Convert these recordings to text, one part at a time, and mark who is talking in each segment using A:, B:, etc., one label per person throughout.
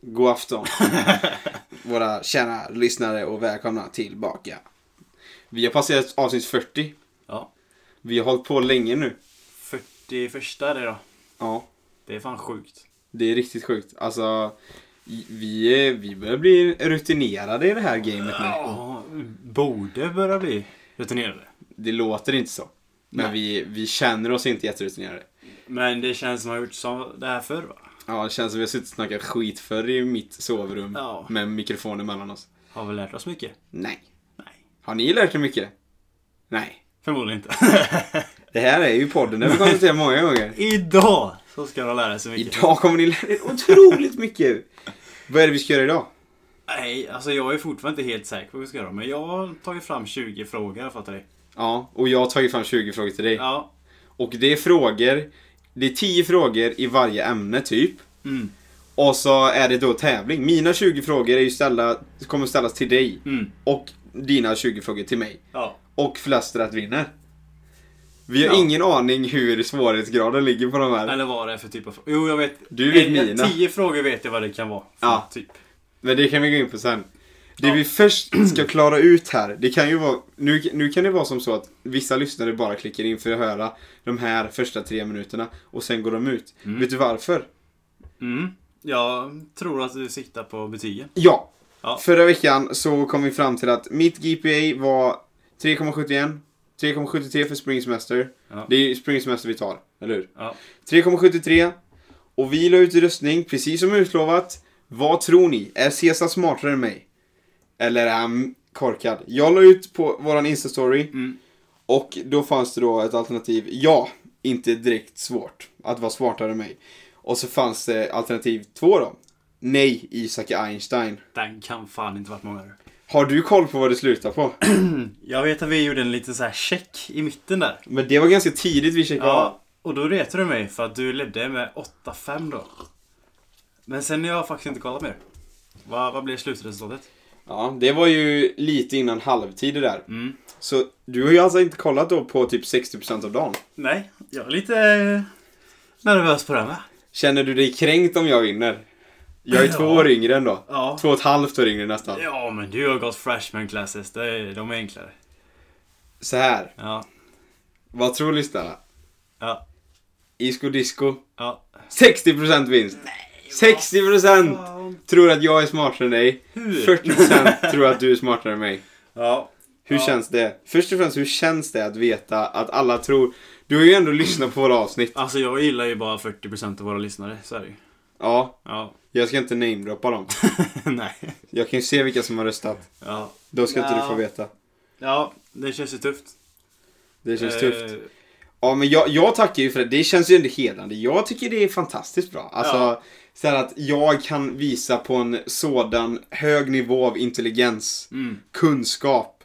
A: god afton. Våra kära lyssnare och välkomna tillbaka. Vi har passerat avsnitt 40.
B: Ja.
A: Vi har hållit på länge nu.
B: 41 är det då.
A: Ja,
B: Det är fan sjukt.
A: det är riktigt sjukt. Alltså, i- vi, är- vi börjar bli rutinerade i det här gamet nu.
B: Ja, borde börja bli rutinerade.
A: Det låter inte så. Men vi, vi känner oss inte jätterutinerade.
B: Men det känns som att man har gjort så det här förr va?
A: Ja, det känns som vi har suttit och snackat skit förr i mitt sovrum
B: Ja.
A: med mikrofoner mellan oss.
B: Har vi lärt oss mycket?
A: Nej.
B: Nej.
A: Har ni lärt er mycket? Nej.
B: Förmodligen inte.
A: Det här är ju podden, det har vi konstaterat många gånger.
B: Idag så ska de lära sig mycket.
A: Idag kommer ni lära er otroligt mycket. Vad är det vi ska göra idag?
B: Nej, alltså jag är fortfarande inte helt säker på vad vi ska göra. Men jag har tagit fram 20 frågor, fattar du?
A: Ja, och jag har tagit fram 20 frågor till dig.
B: Ja.
A: Och det är frågor, det är 10 frågor i varje ämne typ.
B: Mm.
A: Och så är det då tävling. Mina 20 frågor är ju ställa, kommer ställas till dig.
B: Mm.
A: Och dina 20 frågor till mig.
B: Ja.
A: Och flest rätt vinner. Vi har
B: Ja.
A: ingen aning hur svårighetsgraden ligger på de här.
B: Eller vad det är för typ av frågor. Jo, jag vet.
A: Du vet
B: Eh,
A: mina.
B: 10 frågor vet jag vad det kan vara. för
A: Ja.
B: Typ.
A: Men det kan vi gå in på sen. Det
B: Ja.
A: vi först ska klara ut här, det kan ju vara, nu, nu kan det vara som så att vissa lyssnare bara klickar in för att höra de här första tre minuterna och sen går de ut. Vet du varför?
B: Mm. Jag tror att du siktar på betygen.
A: Ja.
B: Ja.
A: Förra veckan så kom vi fram till att mitt GPA var 3,71, 3,73 för Spring Semester.
B: Ja.
A: Det är ju Spring Semester vi tar, eller hur?
B: Ja.
A: 3,73. Och vi la ut i röstning, precis som utlovat. Vad tror ni? Är Cesar smartare än mig? Eller är han korkad? Jag la ut på våran Insta-story.
B: Mm.
A: Och då fanns det då ett alternativ. Ja, inte direkt svårt att vara smartare än mig. Och så fanns det alternativ två då. Nej, Isak är Einstein.
B: Den kan fan inte varit många.
A: Har du koll på vad det slutar på?
B: Jag vet att vi gjorde en liten så här check i mitten där.
A: Men det var ganska tidigt vi checkade av.
B: Ja. Och då retade du mig för att du ledde med 8-5 då. Men sen har jag faktiskt inte kollat mer. Vad, vad blev slutresultatet?
A: Ja, det var ju lite innan halvtid det där.
B: Mm.
A: Så du har ju alltså inte kollat då på typ 60% av dagen?
B: Nej, jag är lite eh, nervös på den va?
A: Känner du dig kränkt om jag vinner? Jag är
B: Ja.
A: två år yngre ändå.
B: Ja.
A: Två och ett halvt år yngre nästan.
B: Ja, men du har gått freshman classes. Det är, de är enklare.
A: Så här,
B: Ja,
A: vad tror lyssnarna?
B: ja,
A: Isco Disco,
B: ja.
A: 60% vinst! 60% tror att jag är smartare än dig.
B: Hur?
A: 40% tror att du är smartare än mig.
B: Ja.
A: Hur
B: Ja.
A: känns det? Först och främst, hur känns det att veta att alla tror... Du har ju ändå lyssnat på våra avsnitt.
B: Alltså jag gillar ju bara 40% av våra lyssnare, så är det ju.
A: Ja,
B: Ja.
A: jag ska inte namedroppa dem.
B: Nej.
A: Jag kan ju se vilka som har röstat.
B: Ja.
A: Då ska inte du
B: Ja.
A: få veta.
B: ja, det känns ju tufft.
A: Det känns
B: Eh,
A: tufft. Ja, men jag, jag tackar ju för det. Det känns ju ändå hedrande. Jag tycker det är fantastiskt bra. Alltså,
B: Ja.
A: så här att jag kan visa på en sådan hög nivå av intelligens,
B: Mm.
A: kunskap.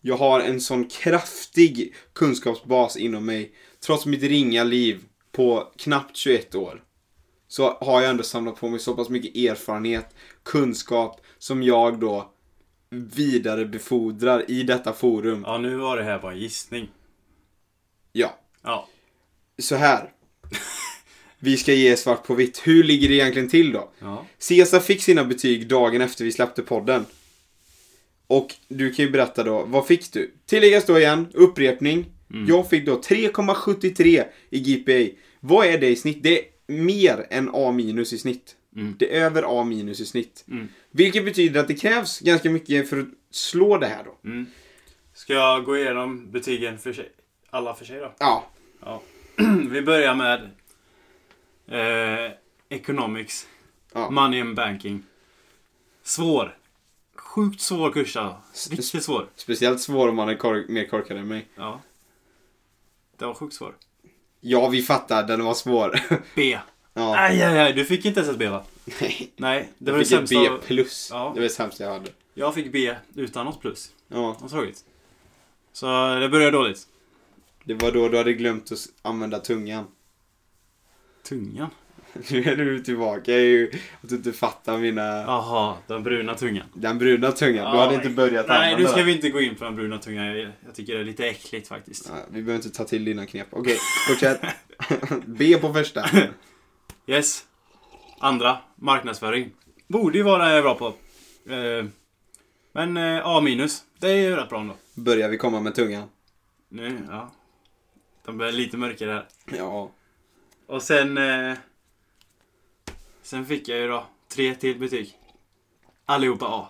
A: Jag har en sån kraftig kunskapsbas inom mig. Trots mitt ringa liv på knappt 21 år så har jag ändå samlat på mig så pass mycket erfarenhet, kunskap som jag då vidarebefordrar i detta forum.
B: Ja, nu var det här bara en gissning.
A: Ja.
B: Ja.
A: så här. Vi ska ge svart på vitt. Hur ligger det egentligen till då?
B: Ja.
A: Cesar fick sina betyg dagen efter vi släppte podden. Och du kan ju berätta då, vad fick du? Tilläggas då igen, upprepning. Jag fick då 3,73 i GPA. Vad är det i snitt? Det är mer än A minus i snitt. Det är över A minus i snitt. Vilket betyder att det krävs ganska mycket för att slå det här då.
B: Ska jag gå igenom betygen för sig? Alla för sig då?
A: Ja,
B: Ja. Vi börjar med eh, Economics.
A: Ja.
B: Money and Banking. Svår. Sjukt svår kurs alltså. Riktigt svår.
A: speciellt svår om man är kor- mer korkad än mig.
B: Ja. Det var sjukt svår.
A: Ja, vi fattar, den var svår.
B: B.
A: ja.
B: Aj, aj, aj. Du fick inte ens ett B va?
A: Nej.
B: Nej, det var
A: Jag
B: det
A: fick ett
B: sämsta.
A: B
B: av-
A: plus.
B: Ja.
A: Det var det sämsta jag hade.
B: Jag fick B utan något plus.
A: Ja,
B: Vad tråkigt. Så det började dåligt.
A: det var då du hade glömt att s- använda tungan.
B: Tungan?
A: Nu är du tillbaka är ju att du inte fattar mina...
B: Jaha, den bruna tungan.
A: Den bruna tungan. du hade
B: Ja,
A: inte börjat
B: Nej, nu
A: använda
B: ska
A: den.
B: vi inte gå in på den bruna tungan. Jag, jag tycker det är lite äckligt faktiskt.
A: Ja, vi behöver inte ta till dina knep. Okej, fortsätt. B på första.
B: Yes. Andra, marknadsföring. Borde ju vara den jag är bra på. Eh, Men eh, A minus. Det är ju rätt bra ändå.
A: Börjar vi komma med tungan?
B: Nu, ja. De börjar lite mörkare här.
A: Ja.
B: Och sen... Eh, sen fick jag ju då tre till betyg. Allihopa A.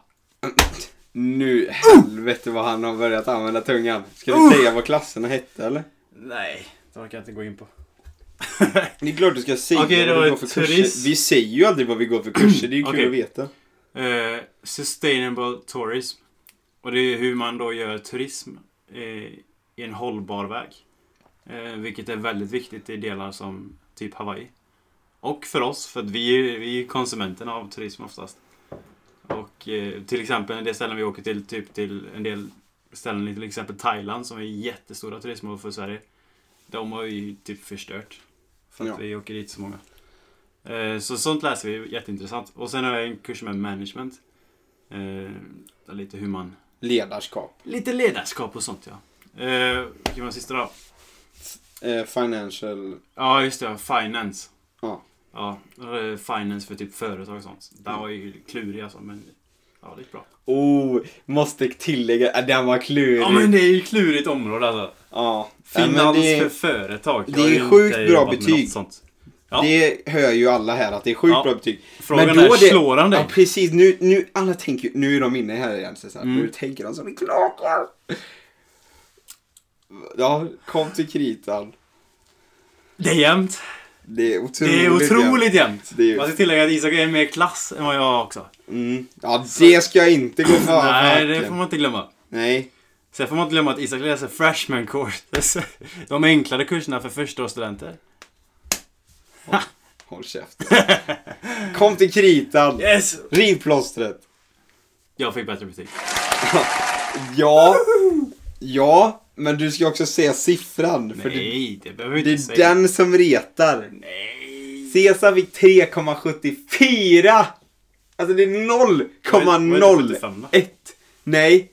A: Nu, helvete vad han har börjat använda tungan. Ska
B: Uh!
A: du säga vad klasserna hette eller?
B: Nej, det orkar jag inte gå in på.
A: Det är klart du ska säga
B: Okej,
A: vad
B: då
A: vi
B: är
A: går för
B: turism.
A: kurser. Vi säger ju aldrig vad vi går för kurser, det är ju kul
B: Okej.
A: att veta.
B: Eh, sustainable tourism. Och det är hur man då gör turism eh, i en hållbar väg. Eh, vilket är väldigt viktigt i delar som typ Hawaii. Och för oss, för att vi, är- vi är konsumenterna av turism oftast. Och eh, till exempel det ställen vi åker till, typ till en del ställen i till exempel Thailand som är jättestora turistmål för Sverige. De har ju typ förstört. För att
A: Ja.
B: vi åker dit så många. Eh, Så sånt läser vi, jätteintressant. Och sen har jag en kurs med management. Eh, där Lite hur man...
A: Ledarskap.
B: Lite ledarskap och sånt ja. Eh, Vilken var den sista då?
A: Eh, financial.
B: Ja just det, ja, finance.
A: Ja.
B: Ja, eh, finance för typ företag och sånt. Där
A: Mm.
B: var ju klurig alltså men... Ja, det gick bra.
A: Oh, måste tillägga. äh, Den var klurig.
B: Ja men det är ju klurigt område alltså.
A: Ja. Ja, men
B: Finans
A: det,
B: för företag. Jag
A: det är
B: har ju inte
A: sjukt bra
B: jobbat med
A: betyg.
B: något Sånt. Ja.
A: det hör ju alla här att det är sjukt
B: Ja.
A: bra betyg.
B: Frågan
A: Men då
B: är,
A: är det-
B: slår han dig?
A: Ja precis, nu, nu, alla tänker ju- nu är de inne här igen. Så här,
B: Mm.
A: Nu tänker de som en klocka. Ja, kom till kritan.
B: Det är jämnt.
A: Det är otroligt.
B: Det är otroligt jämnt.
A: Det är ju-
B: Man ska tillägga att Isak är mer klass än vad jag har också.
A: Mm. Ja, det ska jag inte gå för.
B: Nej, det
A: verkligen.
B: får man inte glömma.
A: Nej.
B: Sen får man inte glömma att Isak läser freshman courses. De enklare kurserna för förstaårsstudenter.
A: Håll käften. Kom till kritan.
B: Yes!
A: Riv plåstret.
B: Jag fick bättre betyg.
A: Ja. Ja, men du ska också säga siffran. För det,
B: Nej, det behöver vi
A: det
B: inte
A: är
B: säga.
A: den som retar.
B: Nej!
A: Cesar fick 3,74! Alltså det är 0,01.
B: Nej.
A: Nej,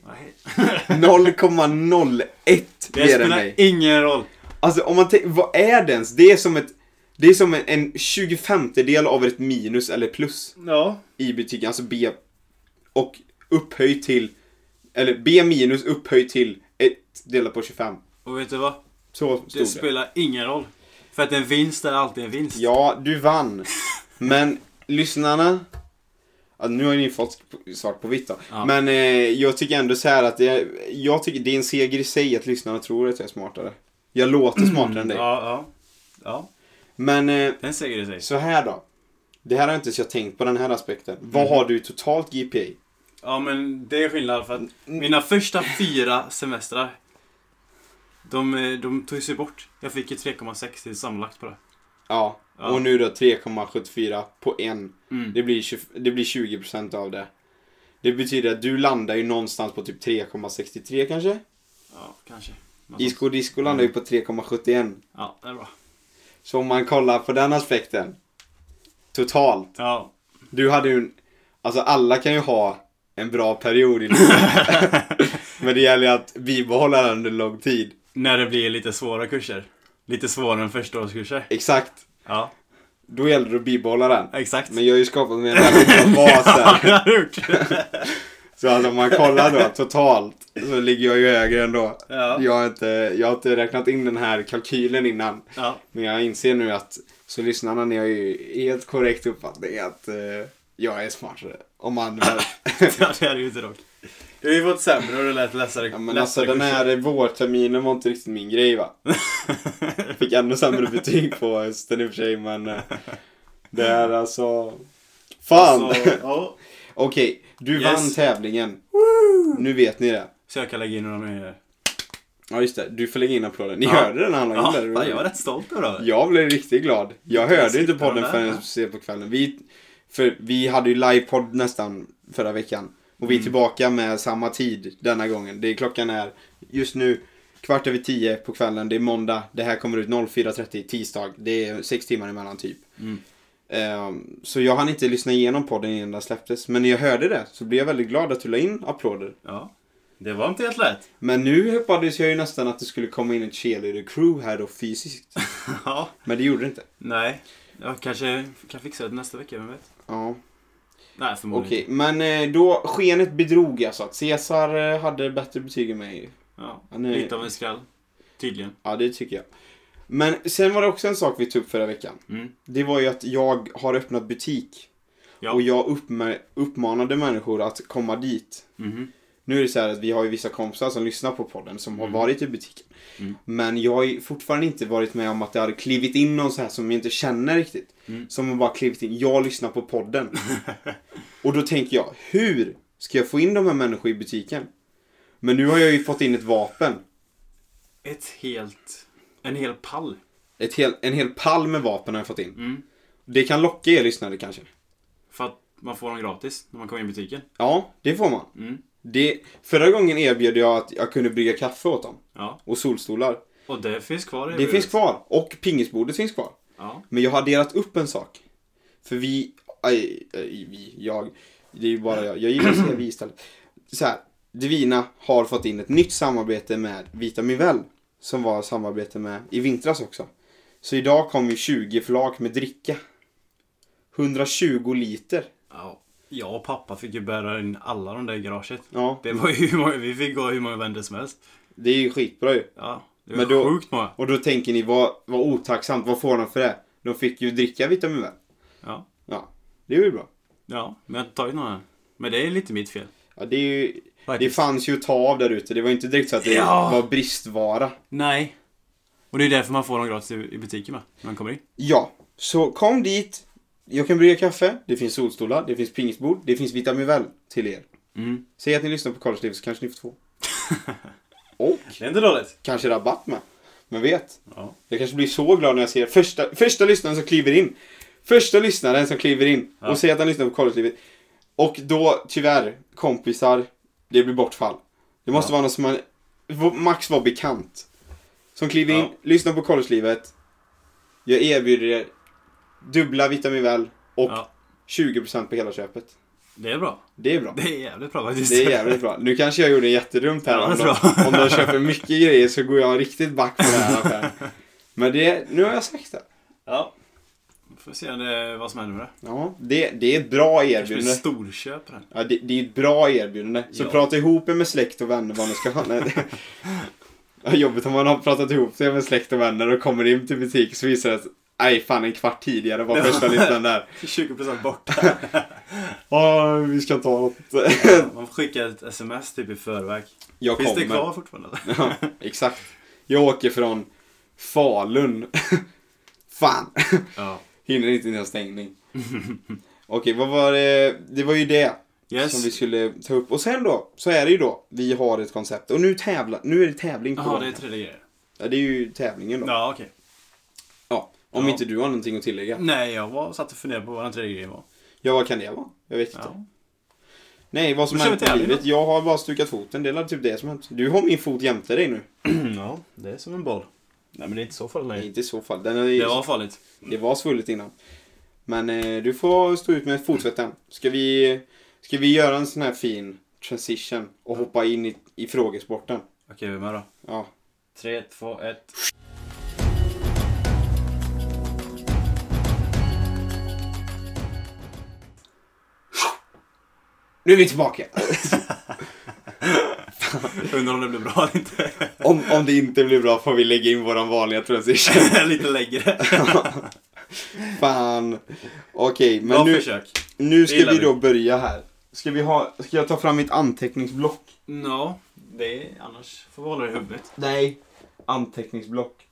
A: 0,01
B: Det
A: mer än mig.
B: spelar ingen roll.
A: Alltså om man tänker, vad är det ens? Det är som ett det är som en, en 25-del av ett minus eller plus
B: Ja.
A: i betyg, alltså B och upphöjt till, eller B minus upphöjt till 1 delat på 25.
B: Och vet du vad?
A: Så
B: Det
A: stod det.
B: spelar ingen roll. För att en vinst är alltid en vinst.
A: Ja, du vann. Men lyssnarna, ja, nu har ni fått svart på vitt då.
B: Ja.
A: Men eh, jag tycker ändå så här att det, jag tycker det är en seger i sig att lyssnarna tror att jag är smartare. Jag låter smartare än
B: Mm.
A: dig.
B: Ja, ja. Ja,
A: Men eh,
B: den säger det sig.
A: Så här då. Det här har inte ens jag tänkt på den här aspekten. Vad
B: Mm.
A: har du totalt GPA?
B: Ja men det är skillnad för att mina första fyra semestrar de, eh, de tog sig bort. Jag fick ju 3,6 till sammanlagt på det.
A: Ja.
B: Ja.
A: Och nu då 3,74 på en.
B: Mm.
A: Det blir, 20, det blir 20% av det. Det betyder att du landar ju någonstans på typ 3,63 kanske?
B: Ja, kanske. Något sånt.
A: Isko Disco landar
B: Mm.
A: ju på 3,71.
B: Ja, det är bra.
A: Så om man kollar på den aspekten. Totalt.
B: Ja.
A: Du hade ju en... Alltså alla kan ju ha en bra period i livet. Men det gäller ju att bibehålla den under lång tid.
B: När det blir lite svåra kurser. Lite svårare än förstaårskurser.
A: Exakt.
B: Ja,
A: Då gäller det att bibehålla den.
B: exakt.
A: Men jag har ju skapat mig en väldigt bra bas
B: ja,
A: här.
B: det har du gjort.
A: Så alltså, om man kollar då totalt så ligger jag ju högre ändå.
B: Ja.
A: Jag, har inte, jag har inte räknat in den här kalkylen innan.
B: ja.
A: Men jag inser nu att, så lyssnarna ni har ju helt korrekt uppfattning att eh, jag är smartare. Om man väl...
B: ja, det är det ju inte dock. Du har ju fått sämre och det lät läsare,
A: ja, men alltså den här vårterminen var inte riktigt min grej va. Jag fick ännu sämre betyg på hösten i och för sig men eh, det är alltså... Fan!
B: Så, ja.
A: Okej, du
B: Alltså- Yes.
A: vann tävlingen. Nu vet ni det.
B: så jag kan lägga in några mer.
A: Ja just det, du får lägga in applåden. Ni
B: Ja.
A: hörde den när han la in
B: Ja,
A: där. Det var-
B: fan, jag var rätt stolt över det.
A: Jag blev riktigt glad. Jag hörde inte
B: sitter
A: podden
B: de där,
A: förrän
B: va?
A: sent på kvällen. Vi, för vi hade ju livepodd nästan förra veckan. Och vi är tillbaka med samma tid denna gången. Det är klockan är just nu kvart över tio på kvällen. Det är måndag. Det här kommer ut 04.30 tisdag. Det är sex timmar emellan typ.
B: Mm.
A: Ehm, så jag hann inte lyssna igenom podden innan den släpptes. Men när jag hörde det så blev jag väldigt glad att du la in applåder.
B: Ja. Det var inte helt lätt.
A: Men nu hoppades jag ju nästan att det skulle komma in ett cheerleader-crew här då fysiskt.
B: Ja.
A: Men det gjorde det inte.
B: Nej. Jag kanske kan fixa det nästa vecka, vem vet?
A: Ja.
B: Nej, förmodligen
A: Okej, men eh, då skenet bedrog alltså. Att Caesar eh, hade bättre betyg än mig.
B: Ja,
A: Han är-
B: lite av en skrall. Tydligen.
A: Ja, det tycker jag. Men sen var det också en sak vi tog upp förra veckan.
B: Mm.
A: Det var ju att jag har öppnat butik.
B: Ja.
A: Och jag uppma- uppmanade människor att komma dit.
B: Mhm.
A: Nu är det så här att vi har ju vissa kompisar som lyssnar på podden som har varit i butiken.
B: Mm.
A: Men jag har ju fortfarande inte varit med om att det har klivit in någon så här som jag inte känner riktigt.
B: Mm.
A: Som har bara klivit in, jag lyssnar på podden. och då tänker jag, hur ska jag få in de här människorna i butiken? Men nu har jag ju fått in ett vapen.
B: Ett helt... En hel pall.
A: Ett hel, en hel pall med vapen har jag fått in.
B: Mm.
A: Det kan locka er lyssnare kanske.
B: För att man får dem gratis när man kommer in i butiken.
A: Ja, det får man.
B: Mm.
A: Det, förra gången erbjöd jag att jag kunde brygga kaffe åt dem.
B: Ja.
A: Och solstolar.
B: Och det finns kvar i
A: Det
B: budet.
A: finns kvar. Och pingisbordet finns kvar.
B: Ja.
A: Men jag har adderat upp en sak. För vi, aj, aj, vi, jag, det är ju bara jag. Jag gillar att säga vi istället. Så här, Divina har fått in ett nytt samarbete med Vitaminväl. Som var samarbete med i vintras också. Så idag kom ju 20 flak med dricka. 120 liter.
B: ja. Jag och pappa fick ju bära in alla de där i garaget.
A: Ja,
B: Det var ju hur många, vi fick gå hur många vändor som helst.
A: det är ju skitbra ju.
B: Ja. Det var
A: Men då-
B: sjukt många.
A: Och då tänker ni, vad, vad otacksamt, vad får de för det? De fick ju dricka Vitaminväl.
B: Ja.
A: Ja, det är ju bra.
B: Ja, men jag har inte tagit några än. Men det är lite mitt fel.
A: Ja, det är ju... Det
B: Faktiskt.
A: fanns ju att ta av där ute. Det var inte direkt så att det
B: Ja.
A: var bristvara.
B: Nej. Och det är därför man får dem gratis i i butiken med. När man kommer in.
A: Ja, så kom dit. Jag kan brygga kaffe. Det finns solstolar. Det finns pingisbord. Det finns Vitaminväl till er.
B: Mm.
A: Säg att ni lyssnar på Karlsliv så kanske ni får två. Och
B: Det är inte dåligt.
A: kanske rabatt med. Men vet,
B: Ja.
A: jag kanske blir så glad när jag ser första, första lyssnaren som kliver in. Första lyssnaren som kliver in
B: Ja.
A: och säger att han lyssnar på Karlslivet. Och då, tyvärr, kompisar, det blir bortfall. Det måste
B: Ja.
A: vara någon som man, v- max var bekant. Som kliver in,
B: Ja.
A: lyssnar på Karlslivet. Jag erbjuder er dubbla Vitamin Väl och
B: Ja.
A: 20% på hela köpet.
B: Det är bra.
A: Det är bra.
B: Det är jävligt bra faktiskt.
A: Det är jävligt bra. Nu kanske jag gjorde jättedumt här.
B: Ja,
A: om,
B: det
A: de,
B: är bra.
A: om de köper mycket grejer så går jag riktigt back på den här affären. Men det, nu har jag sagt det.
B: Ja. Vi får se det, vad som händer med det.
A: Ja, det, det är ett bra
B: Kanske blir
A: erbjudande.
B: storköp på den.
A: Ja, det, det är ett bra erbjudande. Så
B: Ja.
A: prata ihop er med släkt och vänner vad ni ska ha. Nej, det- Ja, Jobbigt om man har pratat ihop sig med släkt och vänner och kommer in till butik så visar det sig att nej fan en kvart tidigare var första listan där.
B: 20% bort.
A: Ja, vi ska ta något.
B: Man får skicka ett sms typ i förväg.
A: Jag
B: Finns
A: kommer.
B: det kvar fortfarande? eller?
A: Ja, exakt. Jag åker från Falun. Fan,
B: Ja.
A: hinner inte ens stängning. Okej, vad var det? Det var ju det som vi
B: Yes.
A: skulle ta upp. Och sen då, så är det ju då. Vi har ett koncept. Och nu tävla, nu är det tävling på
B: Jaha,
A: gång.
B: det är tredje grejer.
A: Ja, det är ju tävlingen då. Ja.
B: Ja, okej.
A: om
B: Ja.
A: inte du har någonting att tillägga.
B: Nej, jag var, satt och funderade på vad den tredje grejen var.
A: Ja, vad kan det vara? Jag vet inte.
B: Ja.
A: Nej, vad som
B: Då kör
A: hänt
B: vi
A: i
B: tävling
A: livet. Jag har bara stukat foten. Det är typ det som hänt. Du har min fot jämte dig nu.
B: ja, det är som en boll. Nej, men det är inte så farligt
A: Nej,
B: längre.
A: inte i så fall. Den är ju...
B: Det var farligt.
A: Det var svullet innan. Men eh, du får stå ut med fotsvetten. Ska vi, ska vi göra en sån här fin transition och hoppa in i, i frågesporten?
B: Okej, vi är med då.
A: Ja.
B: Tre, två, ett.
A: Nu är vi tillbaka!
B: Undrar om det blir bra eller inte.
A: Om, om det inte blir bra får vi lägga in våran vanliga transition.
B: Lite längre.
A: Fan. Okej,
B: Bra
A: men nu,
B: försök.
A: nu ska
B: gillar
A: vi
B: vi.
A: då börja här. Ska, vi ha, ska jag ta fram mitt anteckningsblock?
B: Ja, det är annars får vi hålla det i huvudet.
A: Nej. Anteckningsblock.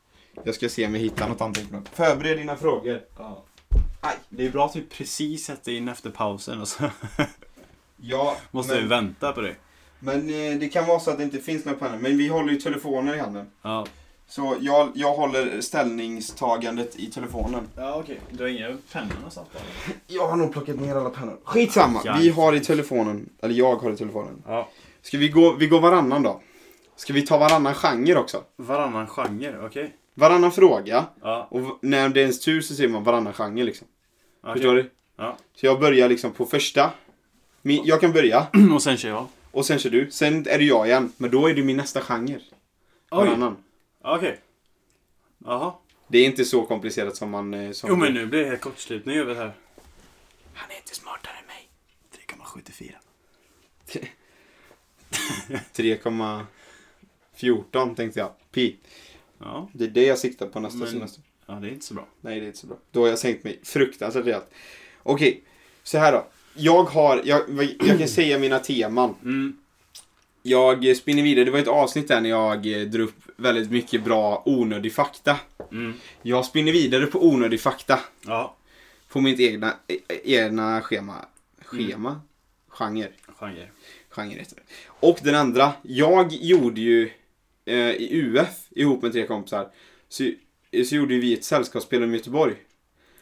A: Jag ska se om jag hittar något anteckningsblock. Förbered dina frågor.
B: Ja.
A: Aj.
B: Det är bra att vi precis sätter in efter pausen och så
A: Ja,
B: måste
A: men-
B: vi vänta på det.
A: Men eh, det kan vara så att det inte finns några pennor. Men vi håller ju telefoner i handen.
B: Ja,
A: Så jag, jag håller ställningstagandet i telefonen.
B: ja okej. Du har inga pennor någonstans bara?
A: Jag har nog plockat ner alla pennor. Skitsamma,
B: Ja.
A: vi har i telefonen. Eller jag har i telefonen.
B: Ja.
A: Ska vi gå, vi går varannan då? Ska vi ta varannan genre också?
B: Varannan genre, okej.
A: Varannan fråga.
B: Ja,
A: Och v- när det är ens tur så säger man varannan genre liksom.
B: okej.
A: Förstår du?
B: Ja.
A: Så jag börjar liksom på första. Min, jag kan börja.
B: Och sen kör jag.
A: Och sen kör du. Sen är det jag igen. Men då är det min nästa genre.
B: Oj,
A: Varannan.
B: okej. Jaha.
A: Det är inte så komplicerat som man... eh, Som
B: Jo men nu blir det helt kortslutning över det här.
A: Han är inte smartare än mig.
B: 74.
A: 3,14 tänkte jag. Pi.
B: Ja,
A: Det är det jag siktar på nästa
B: Men-
A: semester.
B: ja, det är inte så bra.
A: Nej, det är inte så bra. Då har jag sänkt mig fruktansvärt rejält. Okej, så här då. Jag har, jag, jag kan säga mina teman.
B: Mm.
A: Jag spinner vidare. Det var ett avsnitt där när jag eh, drog upp väldigt mycket bra onödig fakta.
B: Mm.
A: Jag spinner vidare på onödig fakta.
B: Ja,
A: På mitt egna, e- e- egna schema. Schema? Genre.
B: genre.
A: Genre heter det. Och den andra. Jag gjorde ju eh, i UF ihop med tre kompisar. Så, så gjorde ju vi ett sällskapsspel om Göteborg.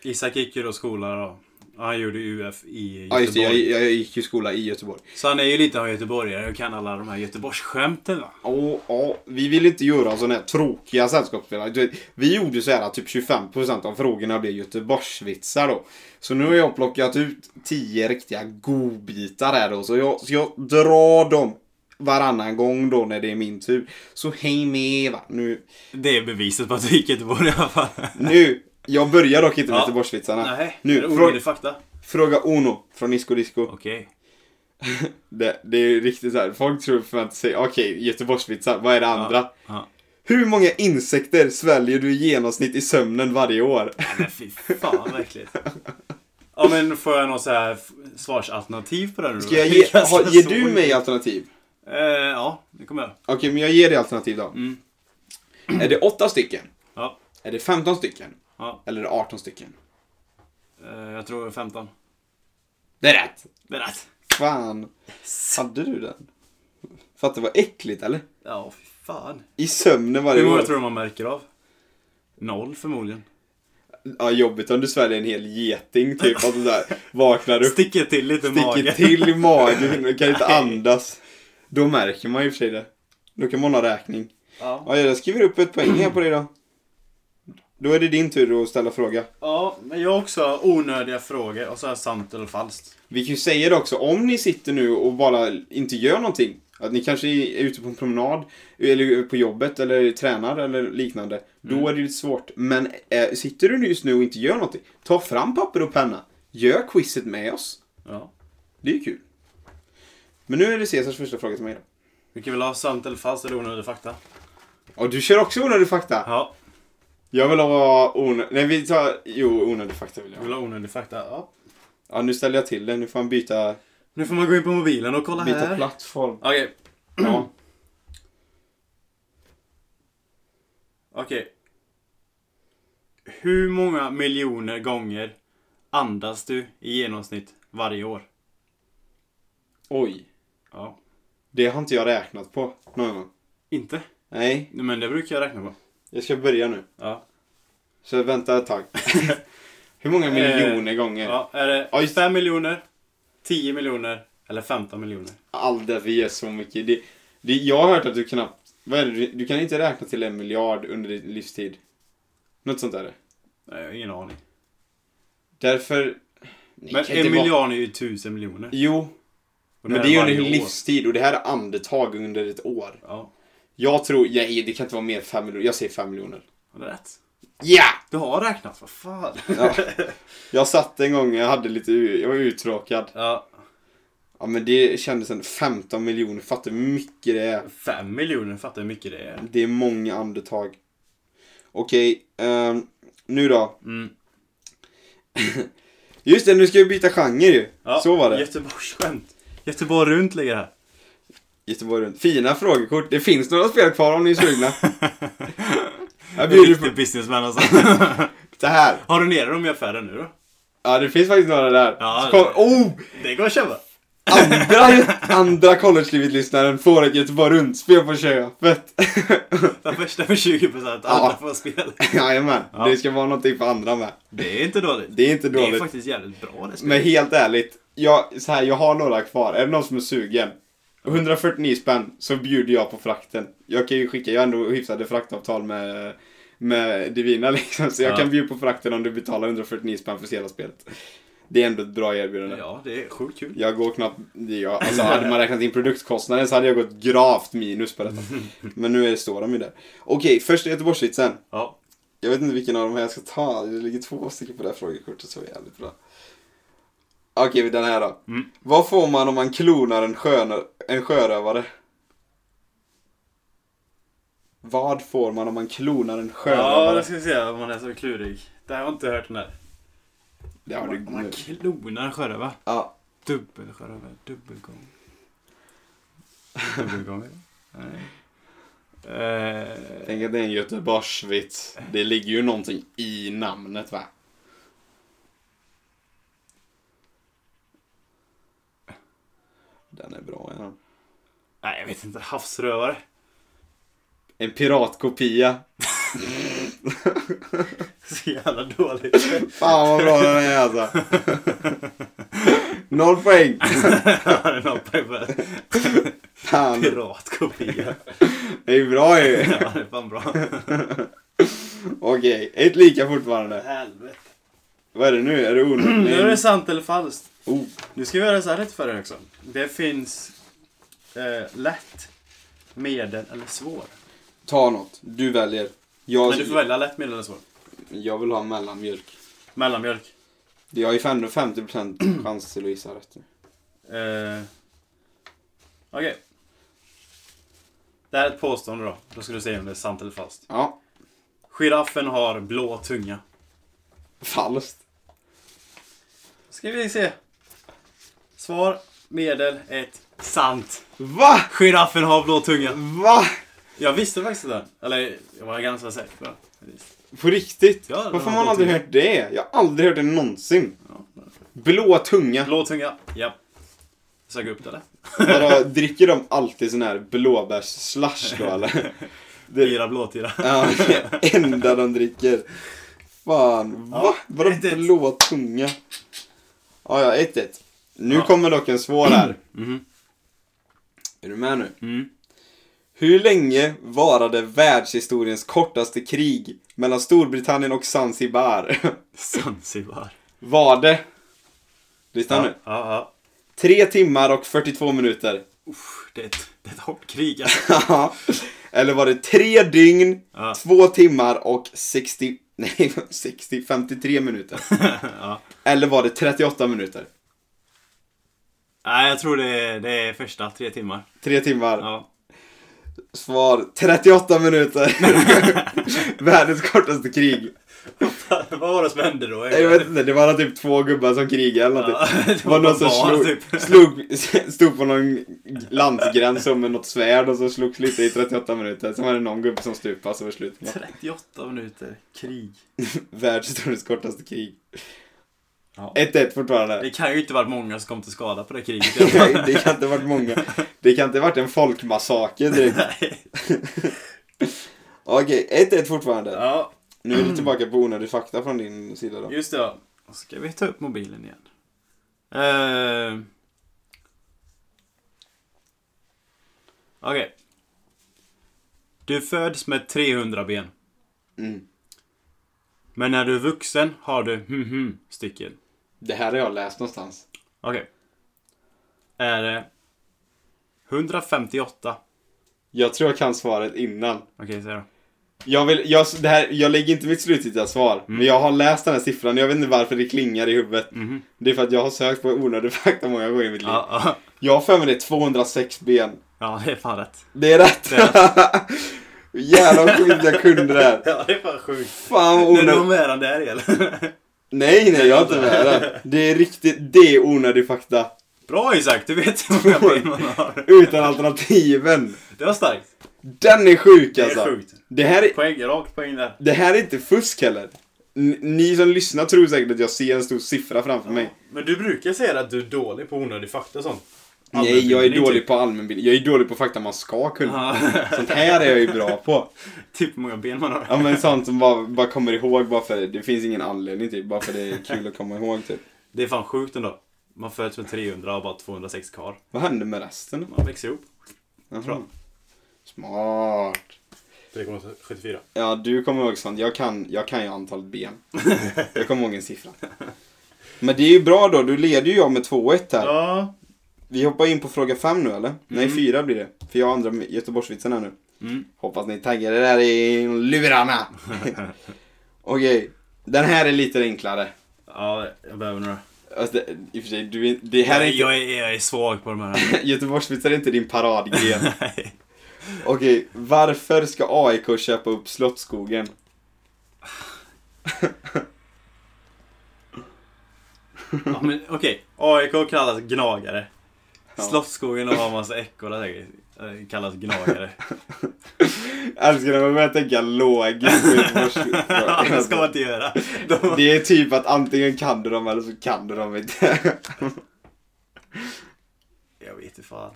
B: Isak gick ju då skola då. Ja, Han gjorde UF i Göteborg.
A: Ja just det, jag, jag gick ju skola i Göteborg.
B: Så han är ju lite av en göteborgare och kan alla de här göteborgsskämten va?
A: Och, ja, vi ville inte göra sådana här tråkiga sällskapsspelare. Du vet, Vi gjorde så här att typ 25% av frågorna blev Göteborgsvitsar då. Så nu har jag plockat ut 10 riktiga godbitar här då. Så jag, så jag drar dem varannan gång då när det är min tur. Så häng med va. Nu,
B: Det är beviset på att du gick Göteborg i alla fall.
A: nu jag börjar dock inte med
B: Ja.
A: Göteborgsvitsarna.
B: Nej,
A: Nu,
B: är det
A: frå-
B: onödig fakta?
A: Fråga Ono från Nisko Disco.
B: Okej.
A: Det, det är ju riktigt så här. folk tror förväntar sig, okej Göteborgsvitsar, vad är det andra?
B: Ja.
A: Hur många insekter sväljer du i genomsnitt i sömnen varje år?
B: Men fy fan vad äckligt. Ja men får jag något så här f- svarsalternativ på det nu då?
A: Ska jag ge,
B: Det är
A: har,
B: ganska
A: ger du
B: svårt.
A: mig alternativ?
B: Eh, ja, det kommer jag.
A: Okej, men jag ger dig alternativ då.
B: Mm.
A: Är det 8 stycken?
B: Ja.
A: Är det 15 stycken?
B: ja.
A: Eller är det 18 stycken?
B: Eh, jag tror 15.
A: Det är rätt!
B: Det är rätt.
A: Fan, hade du den? Fattar vad äckligt eller?
B: Ja, fy fan.
A: I sömnen varje
B: Hur många
A: år.
B: tror du man märker av? Noll förmodligen.
A: Ja, jobbigt om du sväljer en hel geting typ. Och sådär, vaknar upp,
B: Sticker till lite i
A: sticker
B: magen.
A: till i magen och kan inte
B: Nej.
A: andas. Då märker man ju i och för sig det. Då kan man ha räkning.
B: Ja.
A: Ja, jag skriver upp ett poäng här på dig då. Då är det din tur att ställa fråga.
B: ja, men jag har också onödiga frågor. Och så här sant eller falskt.
A: Vi kan ju säga det också, om ni sitter nu och bara inte gör någonting. Att ni kanske är ute på en promenad, eller på jobbet, eller tränar eller liknande.
B: Mm.
A: Då är det lite svårt. Men eh, sitter du just nu och inte gör någonting, ta fram papper och penna. Gör quizet med oss.
B: Ja.
A: Det är ju kul. Men nu är det Cesars första fråga till mig då.
B: Vi kan väl ha sant eller falskt eller onödiga fakta?
A: Och du kör också onödig fakta.
B: Ja.
A: Jag vill ha onödig... Nej, vi tar... Jo, onödig fakta vill jag
B: Vi
A: ha.
B: vill ha onödiga fakta. Ja.
A: Ja, nu ställer jag till det. Nu får han byta...
B: Nu får man gå in på mobilen och kolla
A: Byta
B: här.
A: plattform.
B: Okej.
A: Ja.
B: Okej. Hur många miljoner gånger andas du i genomsnitt varje år?
A: Oj.
B: Ja.
A: Det har inte jag räknat på någon gång.
B: Inte?
A: Nej,
B: Men det brukar jag räkna på.
A: jag ska börja nu.
B: Ja.
A: Så vänta ett tag. Hur många miljoner gånger?
B: Eh, ja är det
A: Ja, just-
B: 5 miljoner, 10 miljoner eller 15 miljoner?
A: Aldrig vi är så mycket. Det, det, jag har hört att du knappt... Vad är det? Du- Du kan inte räkna till en miljard under din livstid. Något sånt där. är det.
B: Nej, jag har ingen aning.
A: Därför... Nej,
B: Men
A: kan inte
B: en
A: vara-
B: miljard är ju tusen miljoner.
A: Jo,
B: Och
A: men
B: här
A: det är ju under
B: varje
A: din
B: år.
A: livstid och det här är andetag under ett år.
B: Ja,
A: Jag tror... Nej, det kan inte vara mer än fem miljoner. Jag säger fem miljoner.
B: har du rätt?
A: Ja!
B: Du har räknat, vad fan?
A: Ja. Jag satt en gång, jag hade lite... Jag var uttråkad.
B: Ja,
A: Ja men det kändes en 15 miljoner, fattar hur mycket det är.
B: 5 miljoner, fattar hur mycket det är.
A: Det är många andetag. Okej, ehm, nu då.
B: Mm.
A: Just det, nu ska vi byta genre ju.
B: Ja,
A: Så var det.
B: Göteborgsskämt. Göteborg runt ligger här.
A: Göteborg runt. Fina frågekort. Det finns några spel kvar om ni är sugna. jag bjuder på
B: Riktig businessman alltså.
A: det här.
B: Har du nere dem i affären nu då?
A: Ja, det finns faktiskt några där.
B: Ja,
A: Så kom, oh!
B: Det går att köpa.
A: Andra, andra collegelivet-lyssnaren får ett Göteborg runt-spel på köpet.
B: Den första för 20 procent,
A: Ja.
B: alla får spel.
A: Jajamän,
B: Ja.
A: det ska vara någonting för andra med.
B: Det är inte dåligt.
A: Det är inte
B: Det
A: dåligt.
B: är faktiskt jävligt bra det
A: Men
B: spelet.
A: helt ärligt, jag, så här, jag har några kvar. Är det någon som är sugen? 149 spänn så bjuder jag på frakten. Jag kan ju skicka, jag har ändå hyfsade fraktavtal med, med Divina liksom. Så jag
B: Ja.
A: kan bjuda på frakten om du betalar 149 spänn för hela spelet. Det är ändå ett bra erbjudande.
B: Ja, det är sjukt kul.
A: Jag går knappt, jag, alltså hade man räknat in produktkostnaden så hade jag gått gravt minus på detta. Men nu är, står de ju där. Okej, först Göteborgsvitsen.
B: Ja.
A: Jag vet inte vilken av de här jag ska ta. Det ligger två stycken på det här frågekortet så jävligt bra. Okej, den här då.
B: Mm.
A: Vad får man om man klonar en, sjönö- en sjörövare? Vad får man om man klonar en
B: Ja,
A: sjörövare?
B: det ska vi se om man är så klurig. Det här har jag inte hört den där.
A: det har
B: man, man
A: du...
B: klonar en sjörövare.
A: Ja,
B: Dubbelskärv, dubbelgång. Dubbelgång? Nej. Eh,
A: tänk att det är en göteborgsvits. Det ligger ju någonting i namnet va? Den är bra ja.
B: nej, jag vet inte. Havsrövare?
A: En piratkopia.
B: Så jävla dåligt.
A: Fan vad bra den är alltså. Noll poäng.
B: Han är någon på en
A: Fan.
B: piratkopia.
A: Det är ju bra ju.
B: Ja, det är fan bra.
A: Okej, ett lika fortfarande.
B: Helvete.
A: Vad är det nu? Är det onödigt?
B: Nu är det sant eller falskt.
A: Oh,
B: Nu ska vi göra så här rätt för dig också. Det finns eh, lätt, medel eller svår.
A: ta något. Du väljer. Jag,
B: Men du får välja lätt, medel eller svår.
A: jag vill ha mellanmjölk.
B: Mellanmjölk.
A: Jag har ju 50% chans till att gissa rätt. nu.
B: Eh, Okej. Det här är ett påstående då. Då ska du säga om det är sant eller falskt.
A: Ja,
B: Giraffen har blå tunga.
A: falskt.
B: Ska vi se. Svar medel 1. Sant.
A: Va?
B: Giraffen har blå tunga.
A: Va?
B: Jag visste faktiskt det. där. Eller jag var ganska säker på det.
A: På riktigt?
B: Ja, det
A: Varför
B: var
A: har man
B: blå
A: aldrig
B: tunga.
A: hört det? Jag har aldrig hört det någonsin.
B: Ja.
A: Blå tunga.
B: Blå tunga. Ja. Söker upp det eller?
A: Vadå, dricker de alltid sån här blåbärsslash då eller? Det,
B: Fyra blåtira.
A: ja, det enda de dricker. Fan, va?
B: Ja,
A: Vadå
B: ett, ett.
A: blå tunga? Ja, ja, 1-1. Nu
B: Ja.
A: kommer dock en svår här.
B: Mhm.
A: Är du med nu?
B: Mm.
A: Hur länge varade världshistoriens kortaste krig mellan Storbritannien och Zanzibar?
B: Zanzibar.
A: Var det? Lyssna
B: Ja,
A: nu.
B: ja, ja.
A: 3 timmar och 42 minuter.
B: Uff, det, är ett, det är ett hårt krig alltså.
A: Eller var det tre dygn,
B: Ja.
A: två timmar och 60, nej 60, 53 minuter?
B: ja.
A: Eller var det 38 minuter?
B: Nej, jag tror det är, det är första tre timmar.
A: Tre timmar.
B: Ja.
A: Svar 38 minuter. Världens kortaste krig.
B: Vad var det som hände då?
A: Jag vet inte, det var någon typ två gubbar som krigade eller något.
B: det typ.
A: Det var någon som slog, slog, stod på någon landsgräns och med något svärd och så slogs lite i 38 minuter. Sen var det någon gubbe som stupade så var det slut.
B: 38 minuter krig.
A: Världshistoriens kortaste krig.
B: Ja.
A: 1-1 fortfarande.
B: Det kan ju inte varit många som kom till skada på det kriget. i alla fall.
A: Nej, det kan inte ha varit många. Det kan inte ha varit en folkmassaker direkt.
B: Nej.
A: Okej, 1-1 fortfarande.
B: ja,
A: Nu är du tillbaka på onödig fakta från din sida då.
B: just det. ja. Då Ska vi ta upp mobilen igen? Eh. Okej. Du föds med 300 ben.
A: Mm.
B: Men när du är vuxen har du hm hm stycken.
A: Det här har jag läst någonstans.
B: Okej. Är det 158?
A: Jag tror jag kan svaret innan.
B: Okej, säg då.
A: Jag, vill, jag, det här, jag lägger inte mitt slutgiltiga svar,
B: Mm.
A: men jag har läst den här siffran. Jag vet inte varför det klingar i huvudet.
B: Mhm.
A: Det är för att jag har sökt på onödig fakta många gånger i mitt liv.
B: Ja, ja.
A: Jag har för mig det är 206 ben.
B: ja, det är fan rätt.
A: Det är rätt!
B: Det är
A: Jävlar vad sjukt jag kunde det här.
B: Ja, det är fan sjukt. Oh,
A: Fan vad
B: När
A: onödigt.
B: de är den där igen.
A: Nej, nej, jag är inte med där. Det är riktigt, det är onödig fakta.
B: Bra Isak, du vet hur många ben man har.
A: Utan alternativen.
B: Det var starkt.
A: Den är sjuk
B: Det är
A: alltså.
B: sjukt.
A: Det här är,
B: Poäng, rakt poäng där.
A: det här är inte fusk heller. N- Ni som lyssnar tror säkert att jag ser en stor siffra framför mig.
B: Men du brukar säga att du är dålig på onödig fakta och sånt.
A: Nej, jag är
B: typ-
A: dålig på allmänbildning. Jag är dålig på fakta man ska kunna. Sånt här är jag ju bra på.
B: typ hur många ben man har.
A: Ja men sånt som bara, bara kommer ihåg bara för det finns ingen anledning typ. Bara för det är kul att komma ihåg typ.
B: Det är fan sjukt ändå. Man föds med 300 och bara 206 kvar.
A: Vad hände med resten?
B: Man växer ihop.
A: Jaha. Smart.
B: 3,74.
A: Ja, du kommer ihåg sånt. Jag kan, jag kan ju antalet ben. Jag kommer ihåg en siffra. Men det är ju bra då. Du leder ju jag med 2-1 här.
B: Ja.
A: Vi hoppar in på fråga 5 nu eller? Nej, 4 blir det. För jag har andra Göteborgsvitsen här nu.
B: Mm.
A: Hoppas ni taggar er där i lurarna. Okej, den här är lite enklare.
B: Ja, jag behöver några.
A: Alltså, det, I och för sig, du, är- det här är inte...
B: jag, är, jag är svag på de här.
A: Göteborgsvitsar är inte din paradgren. Okej, varför ska AIK köpa upp Slottsskogen?
B: ja, men okej. AIK kallas gnagare.
A: Ja.
B: Slottsskogen har en massa ekorrar säkert. Eh, Kallas gnagare.
A: Älskar när man börjar tänka logiskt på
B: Ja, det ska man
A: Göteborgsvitsar.
B: inte göra. De...
A: Det är typ att antingen kan du dem eller så kan du dem inte.
B: Jag vet inte fan.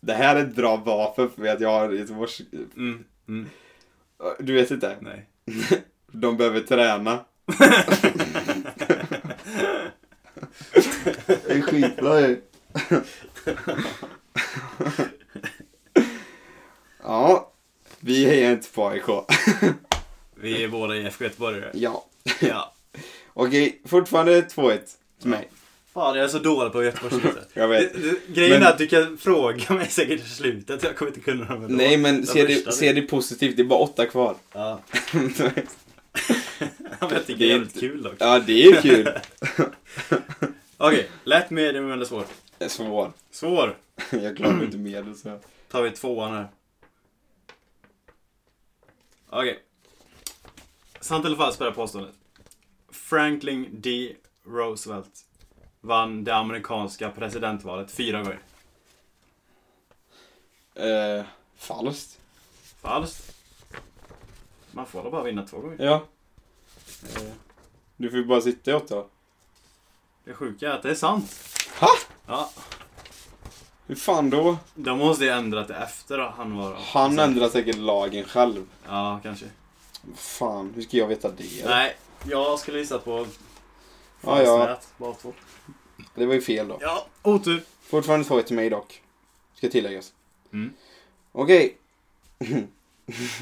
A: Det här är ett bra vapen för mig att jag har Göteborgs...
B: Mm. Mm.
A: Du vet inte?
B: Nej.
A: De behöver träna. Det är skitbra ju. Ja, vi hejar inte på AIK.
B: Vi är båda IFK Göteborgare.
A: Ja.
B: Ja.
A: Okej, fortfarande 2-1 till mig.
B: Fan, jag är så dålig på Göteborgsvitsar.
A: Jag vet.
B: Det- det- Grejen
A: Men-
B: är att du kan fråga mig säkert i slutet. Jag kommer inte kunna dem ändå.
A: Nej, men
B: Den
A: se
B: första
A: det, se det positivt. Det är bara åtta kvar.
B: Ja. Ja, men jag tycker
A: Det
B: det
A: är
B: är jävligt
A: inte-
B: kul också.
A: ja, det är kul.
B: Okej, lätt, medium eller svår?
A: Det är svår.
B: Svår.
A: Jag klarar inte med det. Så.
B: tar vi tvåan här. Okej. Sant eller falskt på det här påståendet. Franklin D. Roosevelt vann det amerikanska presidentvalet fyra gånger.
A: Eh, falskt.
B: Falskt. Man får då bara vinna två gånger.
A: Ja.
B: Eh,
A: Du får ju bara sitta i åtta.
B: Det sjuka är att det är sant.
A: Ha?
B: Ja,
A: Hur fan då?
B: de måste ju ändrat det efter då, han var...
A: Han ändrar säkert lagen själv.
B: Ja, kanske.
A: Fan, hur ska jag veta det?
B: Nej, jag skulle gissa på...
A: Ja, ja.
B: Rätt, Bara två.
A: Det var ju fel då.
B: Ja, otur.
A: Fortfarande 2-1 till mig dock. Ska tilläggas.
B: Mm.
A: Okej.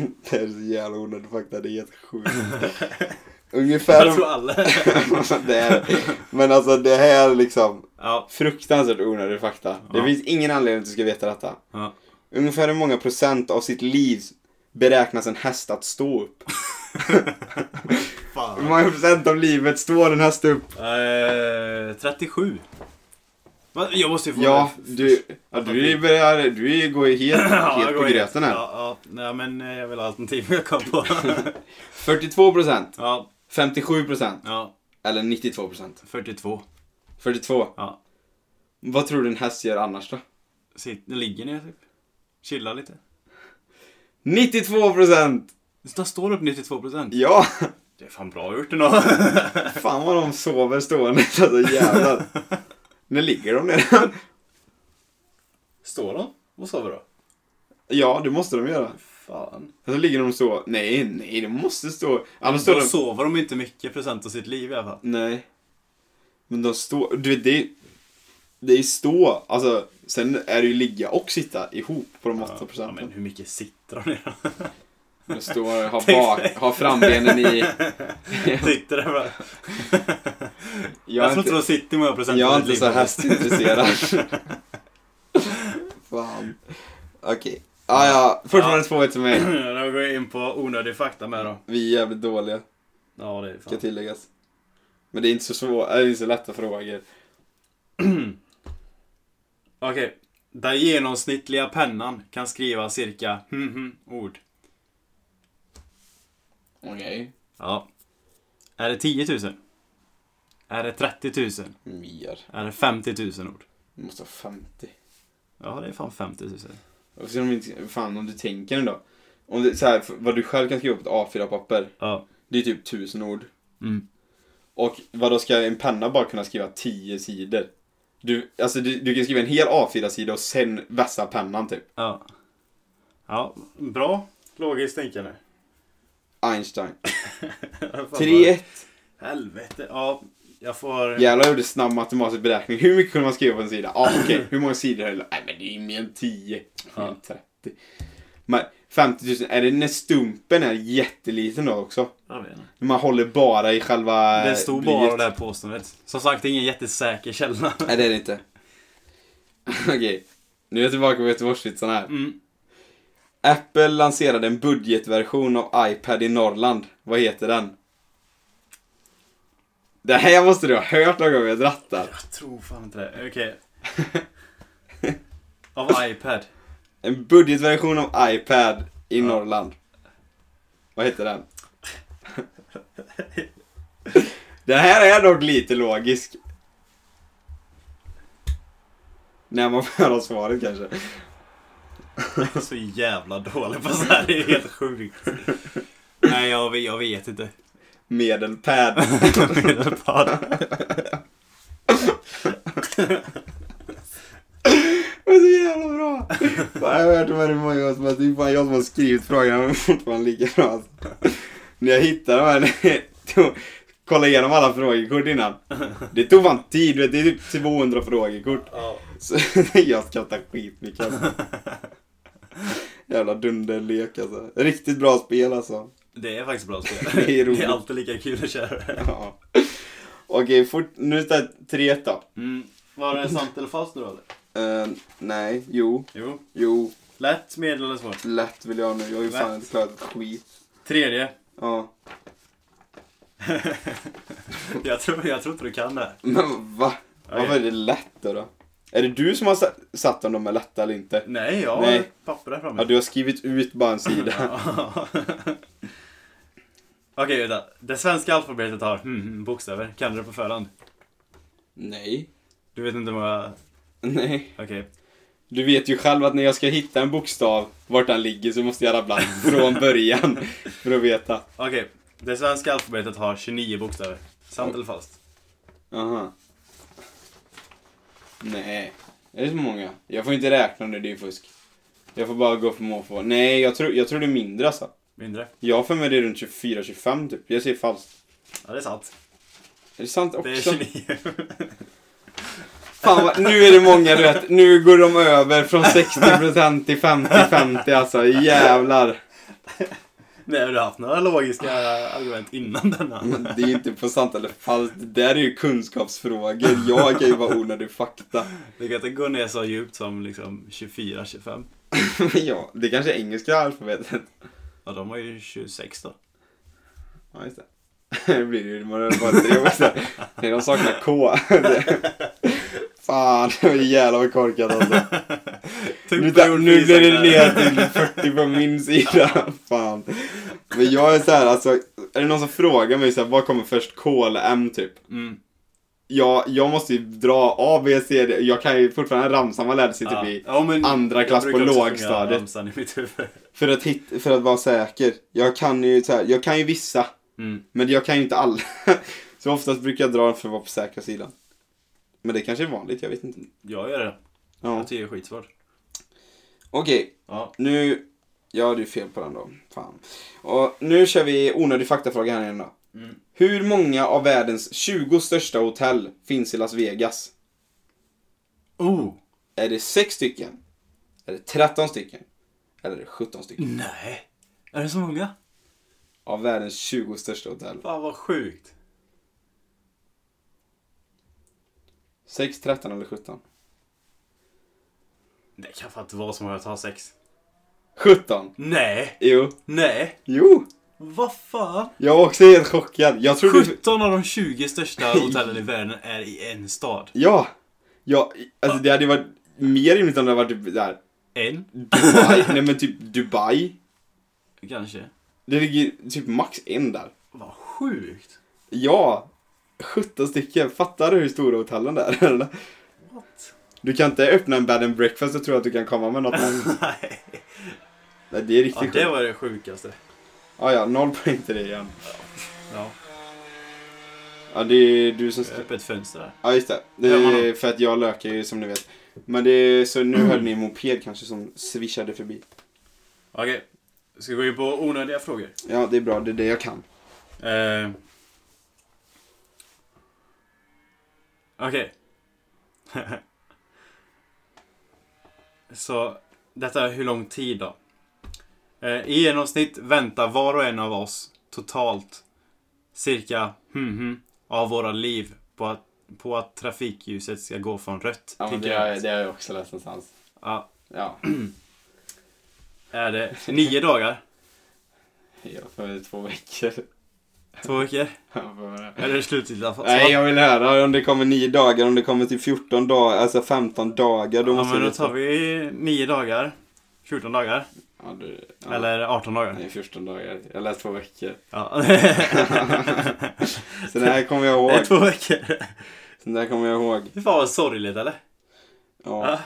A: det här är så jävla onödig fakta, det är helt sjukt. Ungefär... Alltså,
B: Jag tror alla...
A: det är, men alltså det här är liksom
B: ja.
A: fruktansvärt onödig fakta. Det
B: Ja.
A: finns ingen anledning att du ska veta detta.
B: ja.
A: Ungefär hur många procent av sitt liv beräknas en häst att stå upp? Hur
B: Fan.
A: många procent av livet står en häst upp?
B: Eh, 37. Va? Jag måste ju få...
A: Ja, du, ja, du börjar, du går ju helt,
B: Ja, jag
A: helt på
B: går in.
A: gröten här.
B: Ja, ja. Nej, men eh, jag vill ha alternativ jag kom på.
A: 42 procent,
B: ja,
A: 57 procent
B: ja.
A: eller 92 procent.
B: 42.
A: 42.
B: Ja.
A: Vad tror du en häst gör annars då?
B: Sitt, ligger ner typ. Chilla lite.
A: 92 procent!
B: De står upp 92 procent.
A: Ja!
B: Det är fan bra gjort ändå.
A: Fan vad de sover stående. Alltså jävlar. Nu ligger de ner.
B: Står de och sover då?
A: Ja, det måste de göra.
B: Fan.
A: Alltså ligger de så. Nej, nej, de måste stå. Annars
B: Då
A: står de...
B: sover de inte mycket procent av sitt liv i alla fall.
A: Nej. Men de står... Du vet, det är... Det är stå. Alltså, sen är det ju ligga och sitta ihop på de 8
B: Ja, men
A: procenten.
B: hur mycket sitter de ner då?
A: De står, har, bak, har frambenen i...
B: Sitter där bara. Jag,
A: Jag är
B: tror inte
A: inte,
B: de sitter i många procent
A: jag är
B: av
A: inte
B: sitt
A: så
B: liv.
A: hästintresserad. Fan. Okej. Ah, ja, fortfarande 2-1 till mig.
B: Då går jag in på onödig fakta med då.
A: Vi är jävligt dåliga,
B: Ja, det är
A: ska
B: fan.
A: tilläggas. Men det är inte så svårt, det är inte så lätta frågor.
B: Okej. Den genomsnittliga pennan kan skriva cirka mhm ord.
A: Okej.
B: Ja. Är det 10 000? Är det 30 000?
A: Mer.
B: Är det 50 000 ord?
A: Vi måste ha 50.
B: Ja, det är fan 50 000.
A: Varför ska de inte, fan om du tänker ändå. Om det, så här, vad du själv kan skriva på ett A4-papper,
B: Ja.
A: det är typ tusen ord.
B: Mm.
A: Och vad då ska en penna bara kunna skriva 10 sidor? Du, alltså du, du kan skriva en hel A4-sida och sen vässa pennan typ.
B: Ja. Ja, bra. Logiskt tänkande.
A: Einstein.
B: Fan, vad-
A: 3-1.
B: Helvete. Ja, jag får...
A: Jävlar jag gjorde snabb matematisk beräkning. Hur mycket kunde man skriva på en sida? Ah, okej. Hur många sidor är det? Nej men det är ju mer än 10. Mer än 30. Men 50 000, är det när stumpen är jätteliten då också?
B: Jag vet inte.
A: När Man håller bara i själva
B: Det stod
A: blyet.
B: bara det här påståendet. Som sagt, det är ingen jättesäker källa.
A: Nej det är det inte. okej. Nu är jag tillbaka på Göteborgsvitsarna här.
B: Mm.
A: Apple lanserade en budgetversion av iPad i Norrland. Vad heter den? Det här måste du ha hört någon gång jag drattar.
B: Jag tror fan inte det. Okej. Av iPad.
A: En budgetversion av iPad i Norrland. Vad heter den? den här är dock lite logisk. När man får höra svaret kanske.
B: Jag är så jävla dålig på så här. Det är helt sjukt. Nej, jag, vet- jag vet inte.
A: Medelpad.
B: Medelpad.
A: Det är så jävla bra! Fan, jag har hört det här hur många gånger som helst. Det är fan jag som har skrivit frågan men fortfarande lika bra. Alltså. När jag hittade de här, tog- kollade igenom alla frågekort innan. Det tog fan tid, du vet, det är typ 200 frågekort.
B: Ja.
A: Så jag skrattar skitmycket alltså. Jävla dunderlek alltså. Riktigt bra spel alltså.
B: Det är faktiskt bra spel.
A: Det är roligt.
B: Det är alltid lika kul att köra.
A: Ja. Okej, fort, nu står det 3-1 då.
B: Mm. Var det sant eller falskt nu eller?
A: Eh, nej, jo,
B: Jo.
A: jo,
B: Lätt, medel eller svårt?
A: lätt vill jag nu. Jag har ju fan
B: Lätt.
A: inte klarat ett skit.
B: Tredje.
A: Ja.
B: jag, tror, jag tror inte du kan det här.
A: Men va? Varför är det lätt då? då? Är det du som har sa- satt om de är lätta eller inte?
B: Nej, jag har
A: Nej.
B: papper där framme.
A: Ja, du har skrivit ut bara en sida.
B: Ja. Okej, vänta. Det svenska alfabetet har hmm, hmm, bokstäver. Kan du det på förhand?
A: Nej.
B: Du vet inte vad...
A: Nej.
B: Okej.
A: Du vet ju själv att när jag ska hitta en bokstav, vart den ligger, så måste jag rabbla från början. För att veta.
B: Okej. Det svenska alfabetet har 29 bokstäver. Sant eller falskt?
A: Aha. Nej. Är det så många? Jag får inte räkna nu, det är ju fusk. Jag får bara gå för måfå. Nej, jag tror, jag tror det är mindre alltså.
B: Mindre.
A: Jag har för mig det är runt 24-25 typ. Jag säger falskt.
B: Ja, det är sant.
A: Är det sant också?
B: Det är 29.
A: Fan vad, nu är det många du vet, nu går de över från 60% till 50-50 alltså, jävlar.
B: Nej, har du haft några logiska argument innan denna?
A: Men Det är ju inte på sant eller falskt, det där är ju kunskapsfrågor. Jag kan ju bara onödig fakta.
B: Du kan inte gå ner så djupt som liksom 24, 25.
A: ja, det kanske är engelska alfabetet.
B: Ja, de har ju 26 då.
A: Ja, just det. Det blir det ju, man har bara tre bokstäver. Nej, de saknar K. Fan, det var jävlar vad korkat alltså.
B: Typ
A: Nu, ta- nu blir det ner till 40 på min sida. Fan. Men jag är så här, alltså, är det någon som frågar mig så här, vad kommer först, K eller M typ?
B: Mm.
A: Jag, jag måste ju dra A, B, C, D. Jag kan ju fortfarande ramsan man lärde sig typ
B: Ja.
A: i
B: Ja, men
A: andra
B: jag
A: klass på
B: brukar också sjunga
A: lågstadiet.
B: ramsan i mitt huvud.
A: För att, hit, för att vara säker. Jag kan ju så här, jag kan ju vissa,
B: Mm.
A: men jag kan ju inte alla. Så oftast brukar jag dra för att vara på säkra sidan. Men det kanske är vanligt, jag vet inte.
B: Jag gör det.
A: Ja.
B: Jag tycker det är skitsvårt.
A: Okej,
B: Ja.
A: Nu... Jag hade ju fel på den då. Fan. Och nu kör vi onödig faktafråga här igen då.
B: Mm.
A: Hur många av världens 20 största hotell finns i Las Vegas?
B: Oh!
A: Är det 6 stycken? Är det 13 stycken? Eller är det 17 stycken?
B: Nej! Är det så många?
A: Av världens 20 största hotell.
B: Fan vad sjukt.
A: 6, 13 eller 17?
B: Det kan fan inte vara så många att ha sex.
A: 17!
B: Nej!
A: Jo.
B: Nej!
A: Jo!
B: Vad fan?
A: Jag var också helt chockad. Jag trodde...
B: 17 av de 20 största hotellen i världen är i en stad.
A: Ja! Ja, alltså det hade ju varit mer rimligt om det hade varit typ där.
B: En?
A: Dubai. Nej men typ Dubai.
B: Kanske.
A: Det ligger typ max en där.
B: Vad sjukt!
A: Ja, 17 stycken. Fattar du hur stora hotellen är? eller?
B: What?
A: Du kan inte öppna en bed and breakfast och tro att du kan komma med något.
B: Nej.
A: Nej, det är
B: Ja,
A: riktigt
B: det
A: sjukt. Ah,
B: var det sjukaste.
A: Ja, ja, noll poäng till dig igen.
B: Ja.
A: Ja, det är du som...
B: Öppet fönster där.
A: Ja, just det. det
B: Hör man
A: är för att jag lökar ju som ni vet. Men det är, så nu hörde ni en moped kanske som swishade förbi.
B: Okej. Ska vi gå in på onödiga frågor?
A: Ja, det är bra. Det är det jag kan.
B: Eh. Okej. Så detta är hur lång tid då? Eh, I genomsnitt väntar var och en av oss totalt cirka hmm, hmm, av våra liv på att, på att trafikljuset ska gå från rött till grönt.
A: har jag också läst någonstans.
B: Ja,
A: Ja,
B: är det nio dagar?
A: för två veckor.
B: Två veckor?
A: Ja, får höra.
B: Eller slutgiltiga svar?
A: Nej, jag vill höra om det kommer nio dagar, om det kommer till 14 dagar, alltså 15 dagar. Då
B: Ja,
A: måste
B: men
A: vi
B: då
A: veta.
B: tar vi nio dagar. 14 dagar.
A: Ja, du, ja.
B: Eller 18 dagar.
A: Nej, 14 dagar. Jag lät två veckor.
B: Ja.
A: Så det här kommer jag
B: det är
A: ihåg.
B: två veckor.
A: Så det här kommer jag ihåg.
B: Fy fan vad sorgligt eller?
A: Ja.
B: Ja.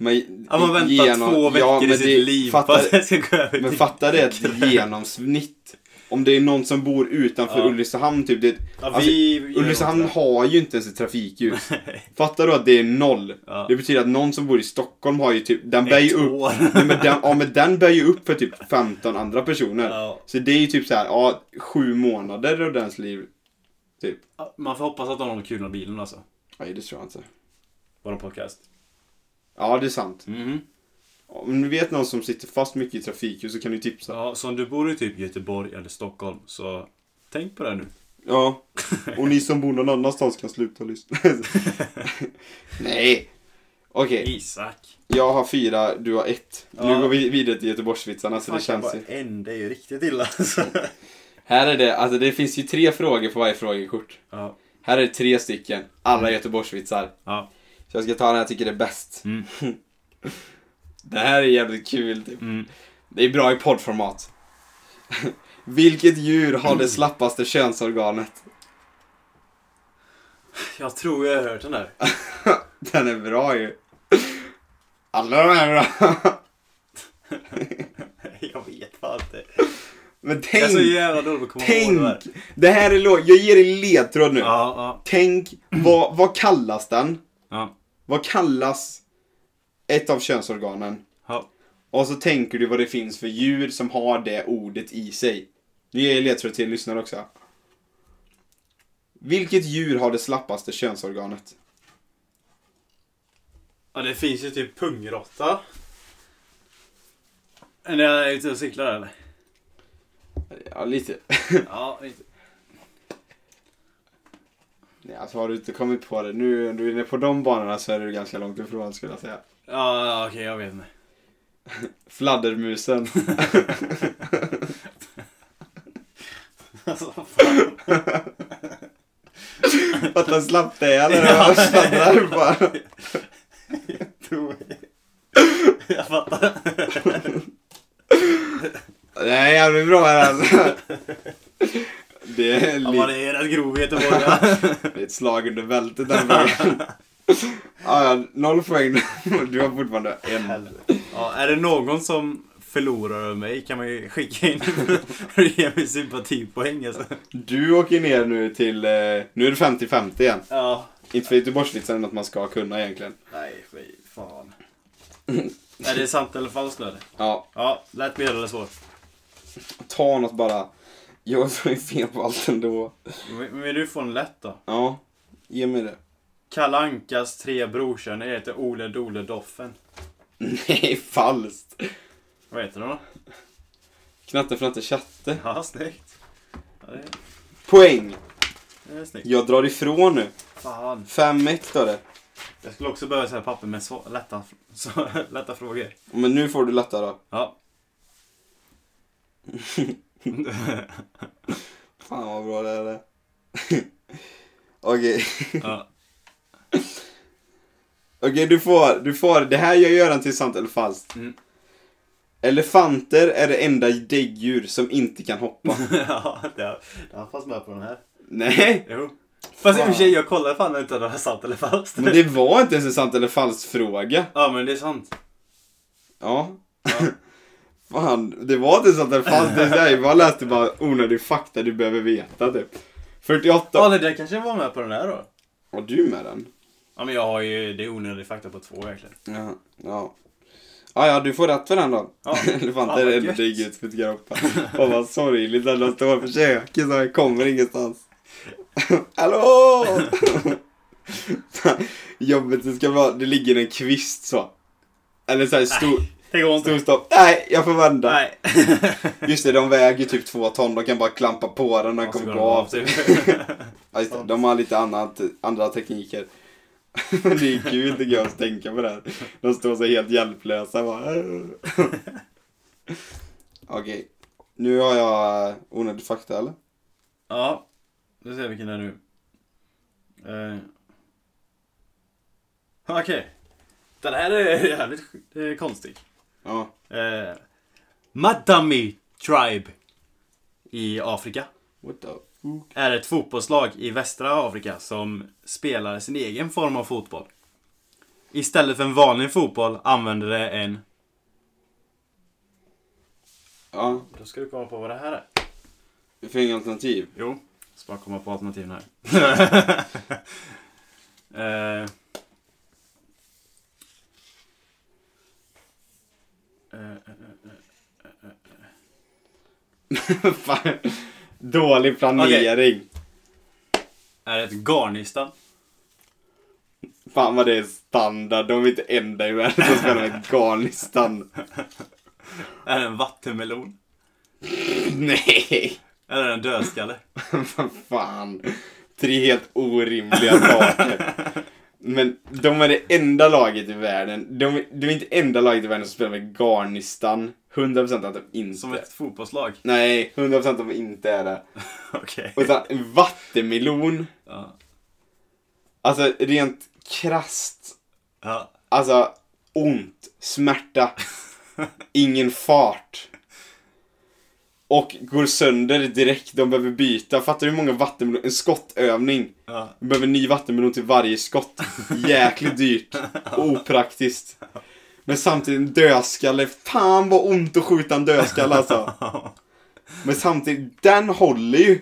A: Men,
B: Att man väntar
A: genom-
B: två veckor
A: ja, men
B: i sitt
A: det-
B: liv på
A: Fattar,
B: att det ska gå över
A: men
B: till-
A: fatta det ett genomsnitt. Om det är någon som bor utanför
B: Ja.
A: Ulricehamn typ. Det,
B: ja,
A: alltså,
B: vi gör
A: Ulricehamn
B: något
A: har ju inte ens ett trafikljus.
B: där.
A: Fatta då att det är noll.
B: Ja.
A: Det betyder att någon som bor i Stockholm har ju typ, den bär ju
B: Ett
A: upp.
B: år.
A: Nej, men den, ja men den bär ju upp för typ 15 andra personer.
B: Ja.
A: Så det är ju typ så här, ja, sju månader av dens liv. Typ.
B: Man får hoppas att de har något kul med bilen alltså.
A: Nej, det tror jag inte.
B: Våran podcast.
A: Ja, det är sant.
B: Mhm.
A: Om du vet någon som sitter fast mycket i trafikljus så kan du tipsa.
B: Ja, så om du bor i typ Göteborg eller Stockholm så tänk på det nu.
A: Ja. Och ni som bor någon annanstans kan sluta lyssna. Nej. Okej,
B: Isak.
A: jag har fyra, du har ett.
B: Ja.
A: Nu går vi vidare till Göteborgsvitsarna så
B: Fan,
A: Alltså, det känns
B: bara
A: ju.
B: en, det är ju riktigt illa alltså.
A: Här är det, alltså det finns ju tre frågor på varje frågekort.
B: Ja.
A: Här är det tre stycken,
B: Mm.
A: alla Göteborgsvitsar.
B: Ja.
A: Så jag ska ta den jag tycker är bäst.
B: Mm.
A: Det här är jävligt kul typ.
B: Mm.
A: Det är bra i poddformat. Vilket djur har det slappaste könsorganet?
B: Jag tror jag har hört den där.
A: Den är bra ju. Alla de här är bra.
B: Jag vet fan inte.
A: Men
B: Jag är så
A: tänk,
B: jävla dålig på att komma ihåg det
A: tänk.
B: där.
A: Det här är låg. Jag ger dig ledtråd nu.
B: Ja, ja,
A: Tänk, vad, vad kallas den?
B: ja.
A: Vad kallas ett av könsorganen?
B: ja.
A: Och så tänker du vad det finns för djur som har det ordet i sig. Nu ger jag ledtråd till en lyssnare också. Vilket djur har det slappaste könsorganet?
B: Ja, det finns ju typ pungråtta. Är jag ute och cyklar eller?
A: Ja, lite.
B: Ja,
A: Nej, alltså har du inte kommit på det nu, om du är inne på de banorna så är du ganska långt ifrån skulle jag säga.
B: ja, ja okej, jag vet inte.
A: Fladdermusen.
B: Alltså, fan.
A: Fatta slapp det eller? Ja. Sladdrar bara.
B: tror jag. fattar.
A: Det är jävligt bra här alltså. Det är
B: Ja, man
A: lite,
B: är rätt grov i Göteborg.
A: det är ett slag under bältet den vägen. Ja, ja, noll poäng. Du har fortfarande en.
B: Ja, är det någon som förlorar över mig kan man ju skicka in och ge mig sympatipoäng alltså.
A: Du åker ner nu till, eh, nu är det 50-50 igen.
B: Ja.
A: Inte för Göteborgsvitsar är något man ska kunna egentligen.
B: Nej, fy fan. är det sant eller falskt nu?
A: Ja,
B: Ja, lätt medel eller svårt?
A: ta något bara. Jag får ju fel på allt ändå.
B: Men men du får en lätt då.
A: Ja, ge mig det.
B: Kalle Ankas tre brorsöner heter Ole Dole Doffen.
A: Nej, falskt.
B: Vad heter de då?
A: Knatte Fnatte Tjatte.
B: Ja, snyggt. Ja, det är,
A: Poäng!
B: det är snyggt.
A: Jag drar ifrån nu.
B: Fan.
A: 5-1 står det.
B: Jag skulle också behöva säga papper med så, lätta, så, lätta frågor.
A: Men nu får du lätta då.
B: Ja.
A: Fan vad bra det här är. Okej.
B: ja.
A: Okej, du får. Du får. Det här jag gör den till sant eller falskt.
B: Mm.
A: Elefanter är det enda däggdjur som inte kan hoppa.
B: ja, det har, det har fast med på den här.
A: Nej!
B: Jo. Fast i och för
A: Fan.
B: sig, jag kollade fan inte om det var sant eller falskt.
A: Men det var inte ens en sant eller falskt fråga.
B: Ja, men det är sant.
A: Ja.
B: Ja.
A: Fan, det var inte så att den fanns. Det där, jag bara läste bara onödig fakta du behöver veta typ. 48.
B: Ja, det där kanske var med på den här då.
A: Var du med den?
B: Ja, men jag har ju, det är onödig fakta på två verkligen.
A: Ja. Ja. Ah, ja, du får rätt för den då.
B: Ja.
A: Elefanter
B: Fan, vad
A: är ändå
B: gött.
A: dygget för Garoppa. Fan vad sorgligt att de står och försöker så jag kommer ingenstans. Hallå! Jobbet det ska vara, det ligger en kvist så. Eller så här stor,
B: Det går inte.
A: stor stopp. Nej, jag får vända.
B: Nej.
A: Just det, de väger typ två ton. De kan bara klampa på den och den
B: Och så
A: kommer
B: går
A: gå
B: de
A: av.
B: typ.
A: Ja, just det, de har lite annat, andra tekniker. det är kul tycker jag att tänka på det här. De står så helt hjälplösa bara. Okej, nu har jag onödig fakta eller?
B: Ja, nu ser jag vilken det är nu. Eh. Okej. Den här är jävligt eh, konstig.
A: Ja.
B: Eh, Madami Tribe i Afrika
A: What the...
B: är ett fotbollslag i västra Afrika som spelar sin egen form av fotboll. Istället för en vanlig fotboll använder det en...
A: Ja,
B: Då ska du komma på vad det här är.
A: vi får inga alternativ.
B: Jo, ska bara komma på alternativen här. eh, eh,
A: Fan. Dålig planering.
B: är ett garnistan.
A: Fan vad det är standard. De är inte enda i världen som spelar med Afghanistan.
B: Är det en vattenmelon?
A: Nej!
B: Eller är det en dödskalle?
A: Vad fan. Tre helt orimliga saker. Men de är det enda laget i världen. De, de är inte enda laget i världen som spelar med Garnistan. 100% att de inte...
B: Som ett fotbollslag?
A: Nej, 100% att de inte är det.
B: Okej.
A: Och sen en vattenmelon.
B: Ja.
A: Alltså rent krasst.
B: Ja.
A: Alltså ont, smärta, ingen fart. Och går sönder direkt. De behöver byta. Fattar du hur många vattenmelon... En skottövning.
B: Ja.
A: De behöver ny vattenmelon till varje skott. Jäkligt dyrt. Och opraktiskt. Men samtidigt en dödskalle. Fan vad ont att skjuta en dödskalle alltså. Men samtidigt, den håller ju.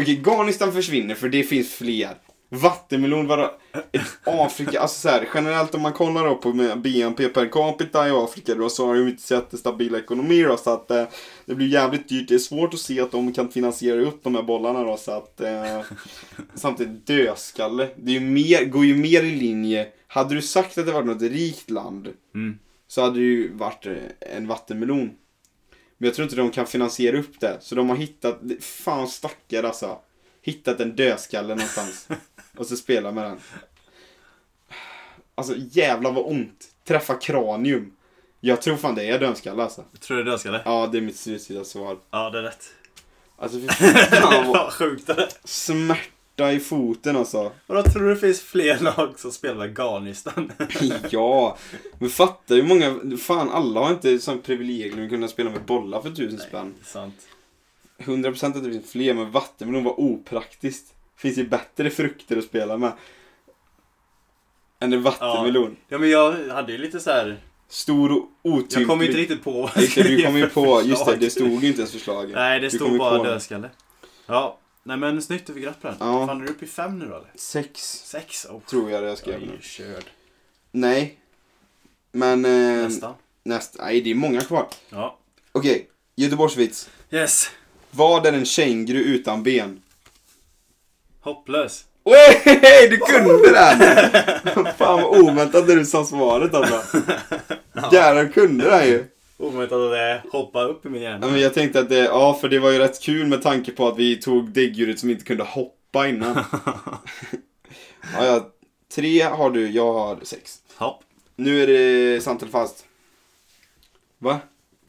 A: Okej, Ghanistan försvinner för det finns fler. Vattenmelon, vadå? Ett Afrika, alltså så här, generellt om man kollar då på med BNP per capita i Afrika då så har de inte sett stabila ekonomier då så att eh, det blir jävligt dyrt. Det är svårt att se att de kan finansiera upp de här bollarna då så att eh, samtidigt dödskalle. Det är ju mer, går ju mer i linje. Hade du sagt att det var något rikt land
B: Mm.
A: så hade det ju varit eh, en vattenmelon. Men jag tror inte de kan finansiera upp det. Så de har hittat, fan stackare alltså. Hittat en dödskalle någonstans. och så spelar med den. Alltså jävlar vad ont. Träffa kranium. Jag tror fan det är dödskalle alltså.
B: Tror du det är dödskalle?
A: Ja, det är mitt slutliga svar.
B: Ja, det är rätt.
A: Alltså fy fan vad
B: Vad sjukt det är.
A: smärta i foten alltså.
B: Och då tror du det finns fler lag som spelar Garnistan?
A: Ja, men fatta hur många, fan alla har inte sån privilegium att kunna spela med bollar för tusen spänn.
B: Sant.
A: 100% att det finns fler, men vattenmelon var opraktiskt. Finns ju bättre frukter att spela med. Än en vattenmelon.
B: Ja, men jag hade ju lite så här.
A: Stor och otymplig.
B: Jag kom ju inte riktigt på vad jag
A: Typ Just det,
B: skulle
A: du
B: ge
A: kom ju
B: för
A: på, just det,
B: förslag.
A: det stod ju inte ens förslag.
B: Nej, det
A: Du kom
B: stod
A: ju
B: bara
A: på det.
B: dödskalle. Ja. Nej men snyggt, du fick rätt på den.
A: Ja.
B: Fan, är du uppe i fem nu då eller?
A: Sex,
B: Sex? Oh,
A: tror jag det jag
B: jag
A: skrev.
B: är
A: nu.
B: ju körd.
A: Nej. Men... Eh, nästa.
B: Nästa.
A: Nej, det är många kvar.
B: Ja.
A: Okej, Göteborgsvits.
B: Yes.
A: Vad är en känguru utan ben?
B: Hopplös.
A: Oj, du kunde den! Fan vad oväntat när du sa svaret alltså. Jävlar, du kunde den ju.
B: Omöjligt att det hoppar upp i min hjärna.
A: Ja, men jag tänkte att det, ja för det var ju rätt kul med tanke på att vi tog däggdjuret som inte kunde hoppa innan. ja, jag, tre har du, jag har sex.
B: Hopp.
A: Nu är det sant eller falskt. Va?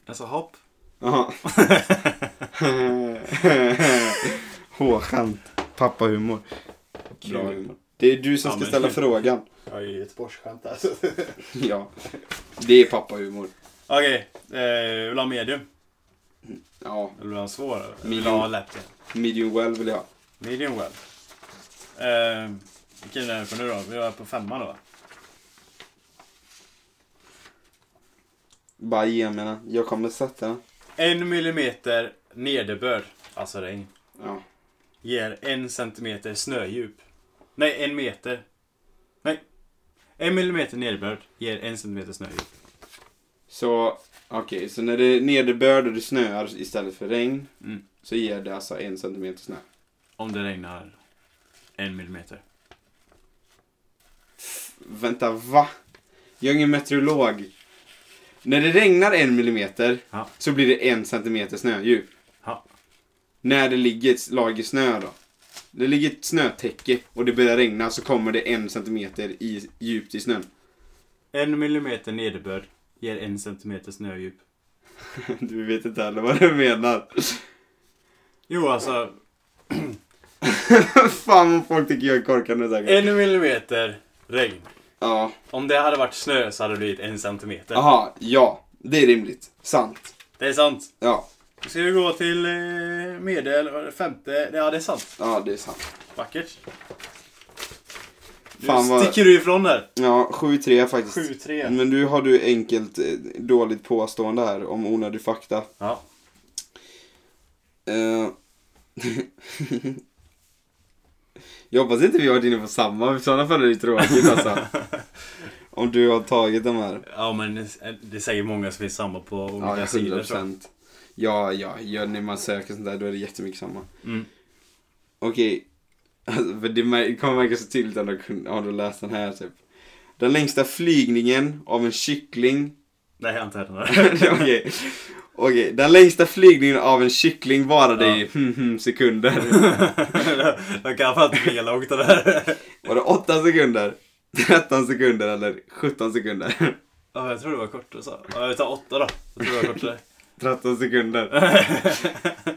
B: Alltså hopp.
A: Jaha. Hårskämt. Pappahumor. Bra
B: Kul.
A: humor. Det är du som
B: Ja,
A: ska
B: men-
A: ställa frågan.
B: Jag är ju göteborgsskämt alltså.
A: Ja. Det är pappahumor.
B: Okej, eh, vill du ha medium?
A: Ja,
B: Eller vill du ha svår? Eller Vill du
A: Medium.
B: ha lätt? igen?
A: medium well vill jag.
B: Medium well. Eh, vilken är vi på nu då? Vi är på femman då va?
A: Bara ge mig den. Jag kommer sätta den.
B: En millimeter nederbörd, alltså regn,
A: Ja.
B: ger en centimeter snödjup. Nej, en meter. Nej. En millimeter nederbörd ger en centimeter snödjup.
A: Så, okej, så när det är nederbörd och det snöar istället för regn
B: Mm.
A: så ger det alltså en centimeter snö.
B: Om det regnar en millimeter.
A: Vänta, va? Jag är ingen meteorolog. När det regnar en millimeter
B: Ja.
A: så blir det en centimeter snödjup.
B: Ja.
A: När det ligger ett lager snö då? Det ligger ett snötäcke och det börjar regna så kommer det en centimeter i, djupt i snön.
B: En millimeter nederbörd ger en centimeter snödjup.
A: Du vet inte heller vad du menar.
B: Jo, alltså.
A: Fan vad folk tycker jag är korkad nu säkert.
B: En millimeter regn.
A: Ja.
B: Om det hade varit snö så hade det blivit en centimeter.
A: Aha, ja. Det är rimligt. Sant.
B: Det är sant.
A: Ja.
B: Nu ska vi gå till eh, medel, vad är det, femte. Ja, det är sant.
A: Ja, det är sant.
B: Vackert. Nu
A: Fan vad-
B: sticker du ifrån där. Mm.
A: Ja, 7-3 faktiskt.
B: 7-3.
A: Men du har du enkelt eh, dåligt påstående här om onödig fakta.
B: Ja.
A: Eh. jag hoppas inte vi har varit inne på samma, i sådana fall är det ju tråkigt alltså. om du har tagit de här.
B: Ja, men det- eh, det är säkert många som finns samma på olika
A: Ja,
B: sidor. tror jag.
A: 100%. Ja, ja, ja, när man söker sånt där då är det jättemycket samma.
B: Mm.
A: Okej. Alltså, för det mär- kommer märkas så tydligt om du, kun- om du läst den här typ. Den längsta flygningen av en kyckling.
B: Nej, jag har inte hört den där.
A: Okej. Okej, Den längsta flygningen av en kyckling varade
B: Ja.
A: i hmm, hmm, sekunder.
B: De kan fan inte flyga långt det där.
A: Var det 8 sekunder? 13 sekunder eller 17 sekunder?
B: Ja, jag tror det var kortare så. Ja, vi tar åtta då. Jag tror det var kortare.
A: 13 sekunder.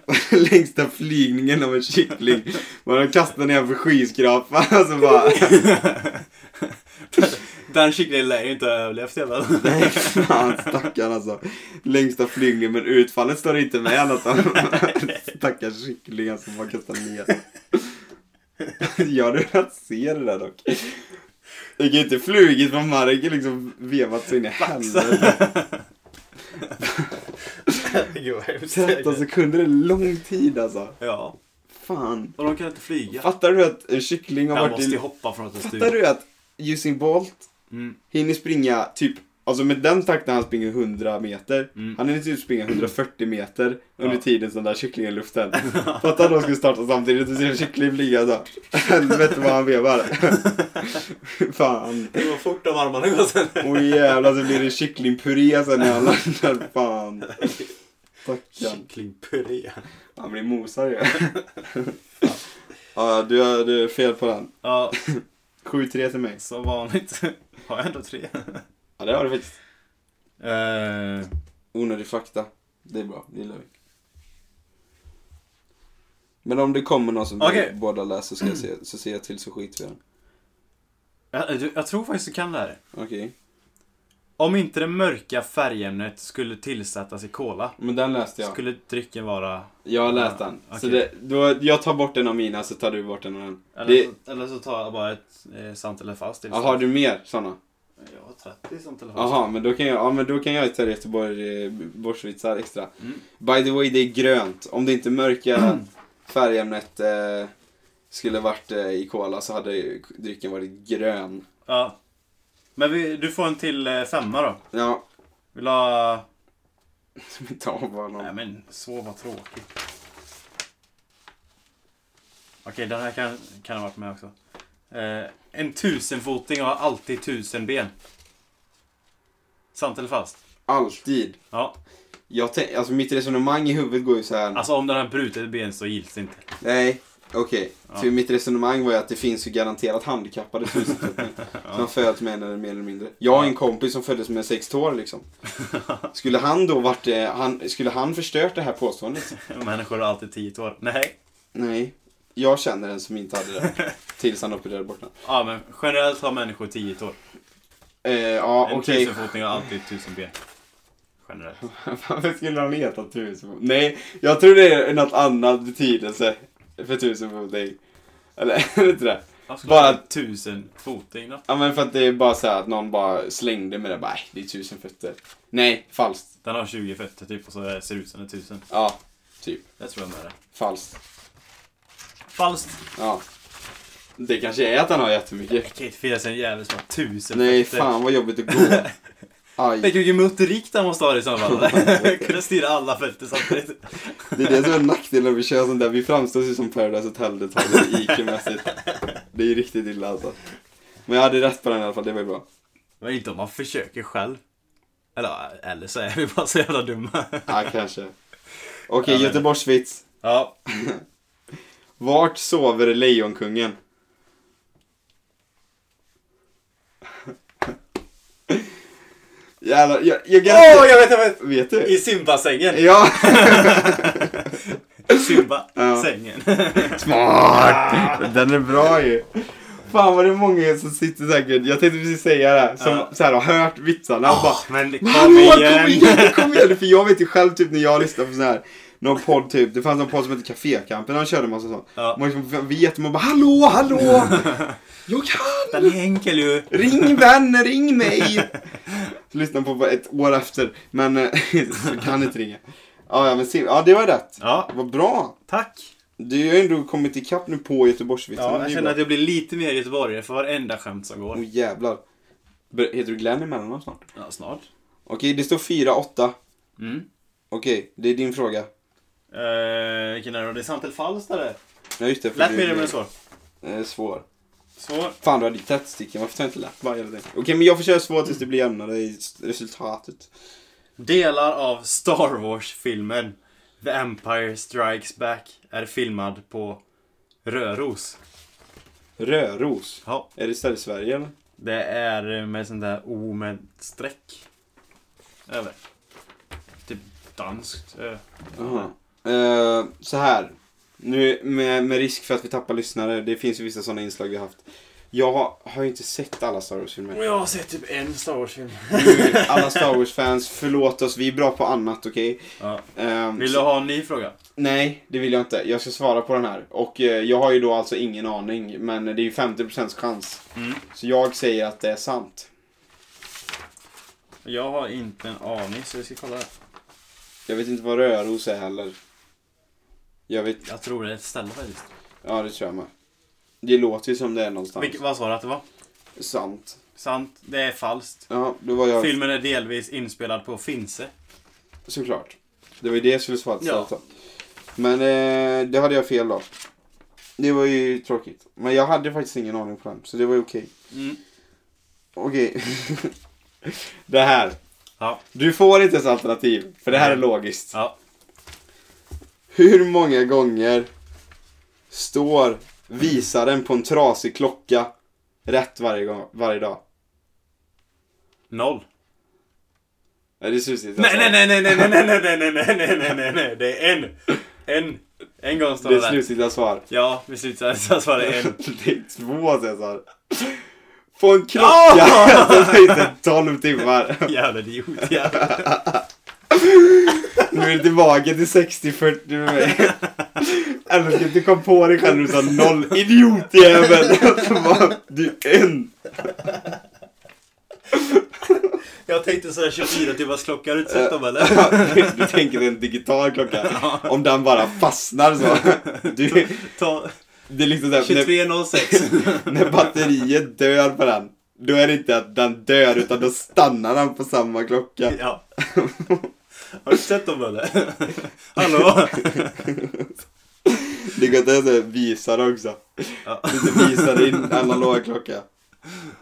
A: Längsta flygningen av en kyckling. Var de kastade ner för skyskrapan och så bara...
B: Den kycklingen lär ju inte ha överlevt i alla fall.
A: Nej, fan stackarn alltså. Längsta flygningen, men utfallet står det inte med något om. Stackars kycklingar som bara kastar ner. Jag hade velat se det där dock. Det kan ju inte flugit från marken liksom vevat så in i helvete.
B: Gud vad hemskt.
A: 13 sekunder är lång tid alltså.
B: Ja,
A: Fan.
B: och de kan inte flyga.
A: Fattar du att en kyckling har
B: Den
A: varit
B: måste typ. ju
A: i...
B: hoppa från att
A: Fattar du att Usain Bolt
B: Mm.
A: hinner springa typ Alltså med den takten han springer 100 meter.
B: Mm.
A: Han hinner typ springa 140 meter under
B: Ja.
A: tiden som den där kycklingen i luften. Fatta att de skulle starta samtidigt och se en kyckling flyga så. Helvete vad han vevar. Fan.
B: Det går fort om armarna går sen.
A: Åh jävlar så blir det kycklingpuré sen när han landar. Fan. Stackarn.
B: Kycklingpuré.
A: Han blir mosad ju. Ja, du har du har fel på den.
B: Ja,
A: 7-3 till mig.
B: som vanligt har jag ändå tre.
A: Ja, det har du faktiskt.
B: Eh,
A: Onödig fakta. Det är bra, det gillar vi. Men om det kommer någon som
B: Okej.
A: vi båda läser så, ska jag se, så ser jag till så skiter vi i den.
B: jag, jag tror faktiskt du kan det här.
A: Okej.
B: Om inte det mörka färgämnet skulle tillsättas i cola,
A: Men den läste jag.
B: skulle drycken vara...
A: Jag har läst den.
B: Ja,
A: Så
B: okej.
A: det, då, jag tar bort en av mina så tar du bort en av den.
B: Eller,
A: Det-
B: så, eller så tar jag bara ett eh, sant eller falskt
A: Jaha, har du mer sådana?
B: Jag har 30 sant eller falskt.
A: Jaha, men då kan jag, ja men då kan jag ta Göteborg, eh, Borsvitsar extra.
B: Mm.
A: By the way, det är grönt. Om det inte mörka färgämnet eh, skulle varit eh, i cola så hade ju drycken varit grön.
B: Ja. Men vi, du får en till eh, femma då.
A: Ja,
B: Vill du ha...
A: ta bara någon.
B: Nej men, så vad tråkigt. Okej, den här kan, kan ha varit med också. Eh, en tusenfoting har alltid tusen ben. Sant eller falskt?
A: Alltid.
B: Ja.
A: Jag tänk, alltså mitt resonemang i huvudet går ju så här.
B: Alltså om den har brutit ben så gills det inte.
A: Nej, okej.
B: Ja.
A: För mitt resonemang var ju att det finns ju garanterat handikappade tusenfotingar. Som föds med en eller mer eller mindre. Jag har en kompis som föddes med sex tår liksom. Skulle han då varit, eh, han, skulle han förstört det här påståendet?
B: Människor har alltid tio tår. Nej.
A: Nej. Jag känner en som inte hade det. Tills han opererade bort den.
B: Ja men generellt har människor tio tår.
A: Eh, ja,
B: En
A: okej.
B: tusenfoting har alltid tusen ben. Generellt.
A: Varför skulle han heta tusenfoting? Nej, jag tror det är något annat betydelse för tusenfoting. Eller, är det inte det? Bara-
B: Bara tusen foting då.
A: Ja men för att det är bara så här att någon bara slängde med det bara, "Äh, det är tusen fötter. Nej, falskt.
B: Den har 20 fötter typ och så ser det ut som en tusen.
A: Ja, typ.
B: Det tror jag med det.
A: Falskt.
B: Falskt!
A: Ja. Det kanske är att han har jättemycket.
B: Det kan inte finnas en jävel som har tusen
A: Nej,
B: fötter.
A: fan vad jobbigt att gå.
B: Tänk
A: Aj.
B: vilken motorik den måste ha i så fall. Kunna styra alla fötter samtidigt.
A: Det är det som är nackdelen när vi kör sånt där. Vi framstår ju som Paradise Hotel-deltagare IQ-mässigt. Det är ju riktigt illa alltså. Men jag hade rätt på den i alla fall, det var ju bra.
B: Men inte om man försöker själv. Eller, eller så är vi bara så jävla dumma.
A: Ja, kanske. Okej,
B: Ja, men-
A: Göteborgsvits.
B: Ja.
A: Vart sover lejonkungen? Jävlar, jag,
B: Åh,
A: jag garanterar...
B: jag vet, jag vet!
A: Vet du?
B: I simbassängen.
A: Ja!
B: Simba,
A: Ja.
B: sängen.
A: Smart! Den är bra ju. Fan vad det är många som sitter säkert, jag tänkte precis säga det, här, som
B: Ja.
A: så här har hört vitsarna och bara
B: Men kom
A: Hallå,
B: igen!
A: kom igen, kom igen! För jag vet ju själv typ när jag lyssnar på sån här någon podd typ, det fanns någon podd som hette Cafékampen, han körde en massa sånt.
B: Ja.
A: Man liksom vet, man bara hallå, hallå! Jag
B: Den
A: kan!
B: är enkel ju.
A: Ring vän, ring mig! Så lyssnade på bara ett år efter, men eh, så kan inte ringa. Ja, ja, men sim- ja, det var rätt.
B: Ja,
A: Vad bra!
B: tack.
A: Du har ju ändå kommit ikapp nu på Göteborgsvitsarna.
B: Ja,
A: Det är
B: jag
A: ju
B: känner
A: bra.
B: att jag blir lite mer göteborgare för varenda skämt som
A: Åh
B: går.
A: jävlar. Ber- Heter du Glenn emellanåt snart?
B: Ja, snart.
A: Okej, det står 4-8.
B: Mm.
A: Okej, det är din fråga.
B: Eh, vilken är det? Det är sant eller falskt eller?
A: Ja, just det. för
B: Lätt
A: du-
B: medium eller svår?
A: Eh, svår.
B: Svår.
A: Fan, du hade ju tätsticken. Varför tar jag inte lätt varje gång? Okej, men jag får köra svår tills det blir jämnare i s- resultatet.
B: Delar av Star Wars-filmen The Empire Strikes Back är filmad på Röros.
A: Röros.
B: Ja.
A: Är det istället i Sverige eller?
B: Det är med sånt där O med streck. Över. Typ danskt. eh.
A: Jaha. Eh, så här. Nu med, med risk för att vi tappar lyssnare. Det finns ju vissa sådana inslag vi har haft. Jag har, har ju inte sett alla Star Wars-filmer.
B: Och jag har sett typ en Star Wars-film.
A: Du, alla Star Wars-fans, förlåt oss. Vi är bra på annat, okej?
B: Ja.
A: Ehm,
B: Vill
A: så-
B: du ha en ny fråga?
A: Nej, det vill jag inte. Jag ska svara på den här. Och eh, jag har ju då alltså ingen aning, men det är ju 50% chans.
B: Mm.
A: Så jag säger att det är sant.
B: Jag har inte en aning så vi ska kolla.
A: Jag vet inte vad Röros är heller. Jag vet,
B: Jag tror det är ett ställe faktiskt.
A: ja det tror jag med. Det låter ju som det är någonstans.
B: Vilket, vad sa du att det var?
A: Sant.
B: Sant. Det är falskt.
A: Ja, då var jag
B: Filmen är delvis inspelad på finse.
A: såklart. Det var ju det jag skulle svara till.
B: Ja.
A: alltså. Men eh, det hade jag fel då. Det var ju tråkigt. Men jag hade faktiskt ingen aning på den, så det var ju okej.
B: Mm.
A: Okej. det här.
B: Ja.
A: Du får inte ens alternativ, för det här är
B: Nej.
A: logiskt.
B: ja.
A: Hur många gånger står visaren på en trasig klocka rätt varje, gång, varje dag?
B: Noll.
A: Nej, det är susigt.
B: Nej,
A: alltså.
B: nej, nej, nej, nej, nej, nej, nej, nej, nej, nej, nej, nej, nej, det är en. En. En gång står
A: Det
B: det
A: är
B: där.
A: slutgiltiga svar.
B: Ja, vi slutar så var det en.
A: det är två Cesar. På en
B: Ah!
A: klocka! Det tar inte 12 timmar.
B: Jävla idiot, jävla.
A: Nu är det tillbaka till 60-40 med mig. Älskar att du kom på dig själv när du sa noll. Idiotjävel! Så bara, Du är en.
B: Jag tänkte sådär 24 timmars klocka, har du inte sett dem eller?
A: Du tänker dig en digital klocka. Om den bara fastnar så. Du,
B: Ta
A: det är liksom såhär, när,
B: 23.06.
A: när batteriet dör på den. Då är det inte att den dör utan då stannar den på samma klocka.
B: Ja. Har du sett dem eller? Hallå?
A: Det går inte ens att visa det också.
B: Ja.
A: Du inte visa din analoga klocka.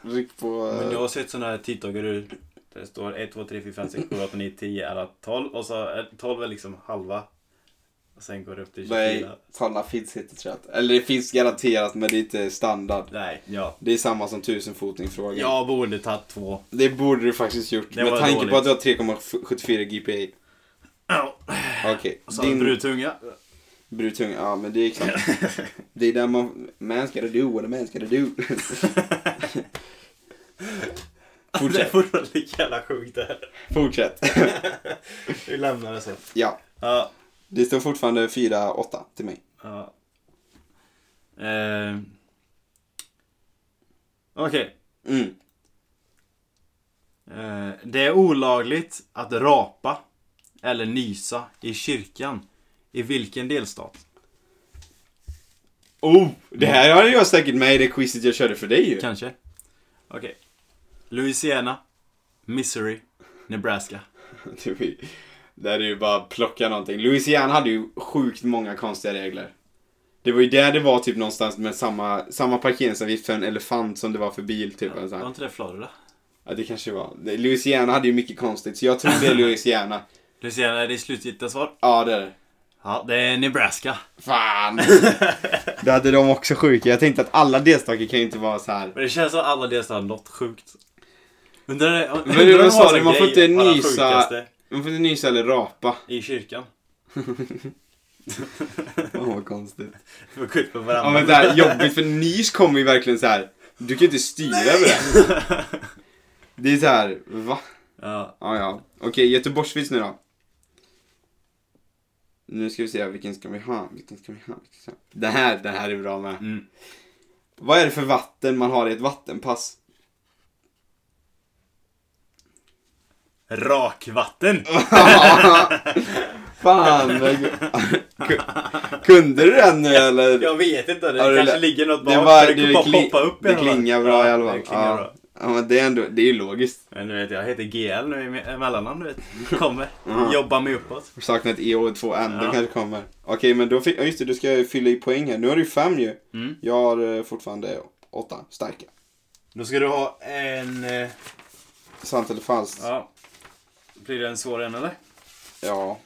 A: Ryck på...
B: Men jag
A: eh,
B: har sett sådana här TikToker där det står 1, 2, 3, 4, 5, 6, 7, 8, 9, 10, 11, 12 och så är 12 är liksom halva. Och sen går det upp till 24.
A: Nej,
B: Nej.
A: sådana finns inte tror jag. inte. Eller det finns garanterat men det är inte standard.
B: Nej, ja.
A: Det är samma som tusenfotingfrågan.
B: Jag borde tagit två.
A: Det borde du faktiskt gjort.
B: Det
A: Med
B: var
A: tanke
B: dåligt.
A: på att du har 3,74 GPA.
B: Ja.
A: Okej.
B: Och så
A: Din
B: Din... brutunga.
A: brutung, ja men det är klart. det är där man... Man ska det do eller man ska det do.
B: Det är fortfarande lika jävla sjukt det här.
A: Fortsätt.
B: Vi lämnar det så.
A: ja.
B: Ja.
A: Det står fortfarande 4-8 till mig.
B: ja. Eh. Okej.
A: Mm.
B: Eh, Det är olagligt att rapa eller nysa i kyrkan. I vilken delstat?
A: Oh! Det här hade jag säkert med i det quizet jag körde för dig ju.
B: Kanske. Okej. Louisiana, Missouri, Nebraska.
A: Det var ju- Där är ju bara att plocka någonting. Louisiana hade ju sjukt många konstiga regler. Det var ju där det var typ någonstans med samma, samma parkeringsavgift för en elefant som det var för bil typ. eller så här.
B: Var inte det Florida?
A: Ja, det kanske var. Det- Louisiana hade ju mycket konstigt så jag tror det är Louisiana.
B: Louisiana är det slutgiltiga svar.
A: Ja, det är det.
B: Ja, det är Nebraska.
A: Fan! Det hade de också sjuka. Jag tänkte att alla delstater kan ju inte vara så här.
B: Men det känns som alla delstater har något sjukt. Undrar det... Undrar
A: Men
B: om
A: du
B: har
A: sa det,
B: sån
A: man får
B: grej
A: inte
B: på alla
A: nysa.
B: sjukaste
A: Man får inte nysa eller rapa.
B: I kyrkan.
A: Åh, vad konstigt.
B: Vi får gå ut på
A: Ja,
B: varandra.
A: men det här, jobbigt för nys kommer ju verkligen så här. Du kan ju inte styra över det. Det är så här, va?
B: ja.
A: Ja, ja. Okej, Göteborgsvits nu då. Nu ska vi se, vilken ska vi ha? Vilken ska vi ha? Vilken ska vi ha? Den här, den här är bra med.
B: Mm.
A: Vad är det för vatten man har i ett vattenpass?
B: Rakvatten!
A: Fan! vad gu- Kunde du den nu eller?
B: Jag vet inte, det
A: Ja, det
B: kanske
A: lä-
B: ligger något bak.
A: Det,
B: Det,
A: var,
B: det,
A: det,
B: bara
A: kli-
B: poppa upp i
A: det
B: alla fall.
A: klingar bra i alla
B: Ja,
A: fall.
B: det klingar
A: Ja.
B: bra.
A: ja, men det är ändå, det är ju logiskt.
B: Men nu vet jag, jag heter GL nu i me- mellannamn du vet. Kommer.
A: Ja.
B: Jobbar mig uppåt.
A: Jag saknar ett E och två N, de
B: Ja.
A: kanske kommer. Okej, men då fick, ja, just det, du ska jag fylla i poäng här. Nu har du fem ju.
B: Mm.
A: Jag har eh, fortfarande åtta starka.
B: Då ska du ha en... eh,
A: Sant eller falskt? Ja.
B: Ja. Blir det en svår en eller? Ja.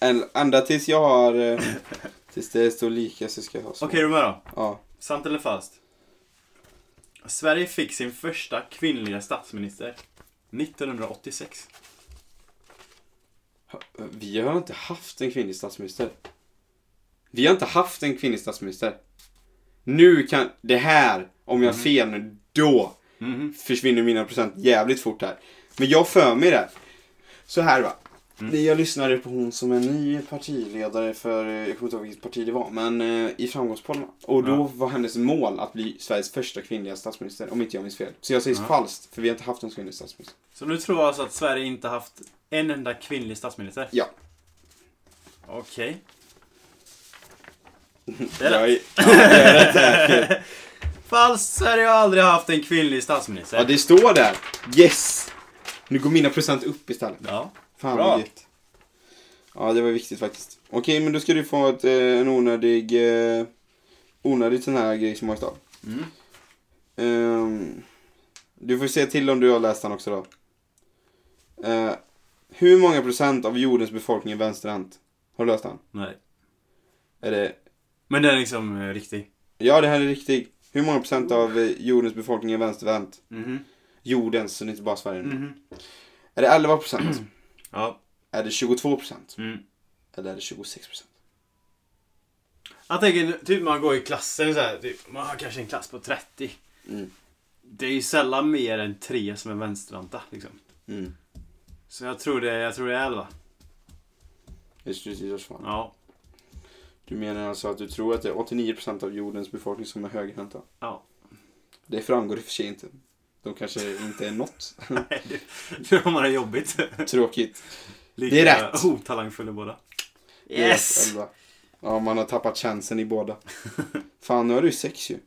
A: En, ända tills jag har... eh, tills det står lika så ska jag ha så.
B: Okej, du är med då.
A: Ja.
B: Sant eller falskt? Sverige fick sin första kvinnliga statsminister 1986.
A: Vi har inte haft en kvinnlig statsminister. Vi har inte haft en kvinnlig statsminister. Nu kan... Det här, om jag har fel nu, då
B: Mhm.
A: försvinner mina procent jävligt fort här. Men jag för mig det. Så här va.
B: Mm.
A: Det Jag lyssnade på hon som är ny partiledare för, eh, jag kommer inte ihåg vilket parti det var, men eh, i Framgångspodden. va? Och då
B: Ja.
A: var hennes mål att bli Sveriges första kvinnliga statsminister, om inte jag minns fel. Så jag säger falskt, för vi har inte haft en kvinnlig statsminister.
B: Så du tror alltså att Sverige inte haft en enda kvinnlig statsminister?
A: Ja.
B: Okej. Det är
A: Jag är,
B: Falskt! Sverige har aldrig haft en kvinnlig statsminister.
A: ja, det står där. Yes! Nu går mina procent upp istället.
B: Ja.
A: Fan
B: Bra.
A: vad gött. Ja, det var viktigt faktiskt. Okej, men då ska du få ett, eh, en onödig, eh, onödig sån här grej som har stav.
B: Mm.
A: Ehm, du får se till om du har läst den också då. Eh, hur många procent av jordens befolkning är vänsterhänt? Har du läst den?
B: Nej.
A: Är det...
B: Men den är liksom eh, riktig.
A: Ja, det här är riktigt. Hur många procent av eh, jordens befolkning är vänsterhänt?
B: Mhm.
A: Jordens, så det är inte bara Sverige. nu.
B: Mhm.
A: Är det 11 procent?
B: Ja.
A: är det 22 procent?
B: Mm.
A: Eller är det 26 procent?
B: Jag tänker, typ man går i klassen så här, typ, man har kanske en klass på 30.
A: Mm.
B: Det är ju sällan mer än tre som är vänsterhänta liksom.
A: Mm.
B: Så jag tror det, jag tror det är 11.
A: Det är slutidrottsfall.
B: Ja.
A: Du menar alltså att du tror att det är 89% av jordens befolkning som är högerhänta?
B: Ja.
A: Det framgår i och för sig inte. De kanske inte är något.
B: Nej, det- det har man det jobbigt.
A: Tråkigt.
B: Lika
A: Det är rätt.
B: otalangfulla båda.
A: Det är rätt, elva. Ja, man har tappat chansen i båda. Fan, nu har du sex ju.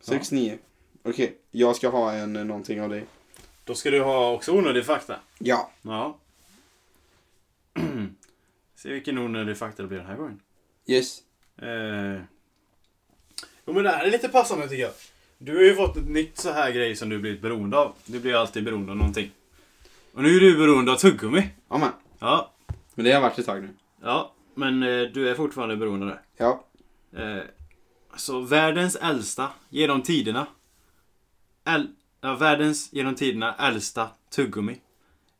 A: Sex, nio. Okej, jag ska ha en eh, någonting av dig.
B: Då ska du ha också onödig fakta.
A: Ja.
B: Ja. Se vilken onödig fakta det blir den här gången.
A: Yes.
B: Eh. Jo men det här är lite passande tycker jag. Du har ju fått ett nytt så här grej som du blivit beroende av. Du blir alltid beroende av någonting. Och nu är du beroende av tuggummi.
A: Ja, men.
B: Ja.
A: Men det har varit ett tag nu.
B: Ja. Men eh, du är fortfarande beroende av det.
A: Ja.
B: Eh, så världens äldsta genom tiderna. Äl, ja, världens genom tiderna äldsta tuggummi.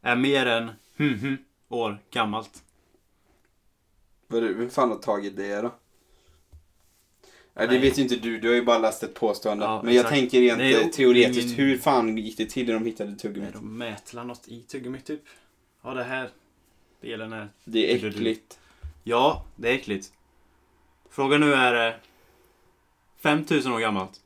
B: Är mer än hm, hm, år gammalt.
A: Vad är det- Vem fan har tagit det då? Nej, det
B: Nej.
A: vet ju inte du, du har ju bara läst ett påstående.
B: Ja,
A: Men jag
B: exakt.
A: tänker rent
B: Nej,
A: eh, teoretiskt,
B: ingen-
A: hur fan gick det till när de hittade
B: Nej,
A: tuggummit?
B: de mätlar något i tuggummi typ. Ja, det här. Det gäller den här.
A: Det är
B: Tycker du-
A: äckligt.
B: Ja, det är äckligt. Frågan nu är... eh, 5000 år gammalt.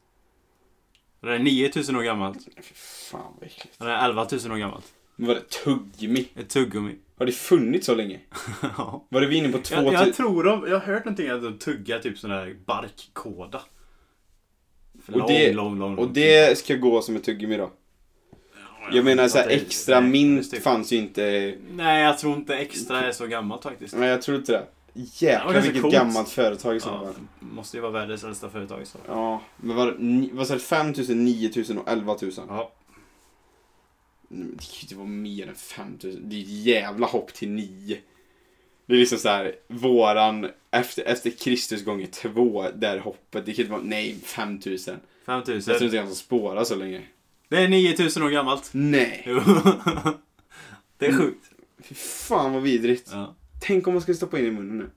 B: Eller 9000 år gammalt.
A: Fy fan vad äckligt.
B: Eller 11 000 år gammalt.
A: Men var det tuggummi?
B: Ett tuggummi.
A: Har det funnits så länge?
B: ja.
A: Var det vi inne på två
B: Jag, jag
A: till-
B: tror de, jag har hört någonting att de tuggar typ sån där barkkåda. För
A: Och
B: lång,
A: det-
B: lång, lång,
A: Och
B: lång
A: det ska gå som ett tuggummi då? Jag menar så här,
B: fattar inte.
A: extra
B: Nej,
A: mint
B: just det.
A: fanns ju inte.
B: Nej, jag tror inte extra är så gammalt faktiskt.
A: Nej, jag tror inte det.
B: Det var
A: Jäklar
B: ganska
A: vilket
B: coolt.
A: gammalt företag i så
B: Ja,
A: fall.
B: måste ju vara världens äldsta företag i så fall.
A: Ja, men var, ni- vad sa du? 5000, 9000 och 11000?
B: Ja.
A: Nej, men Det kan ju inte vara mer än 5000. Det är ett jävla hopp till 9. Det är liksom så här, våran efter, efter Kristus gånger två, där hoppet. Det kan inte vara, nej, 5000. Jag
B: 5000.
A: tror inte ens att spåra så länge.
B: Det är 9000 år gammalt.
A: Nej.
B: Jo. det är sjukt.
A: Mm. Fy fan vad vidrigt.
B: Ja.
A: Tänk om man skulle stoppa in i munnen nu.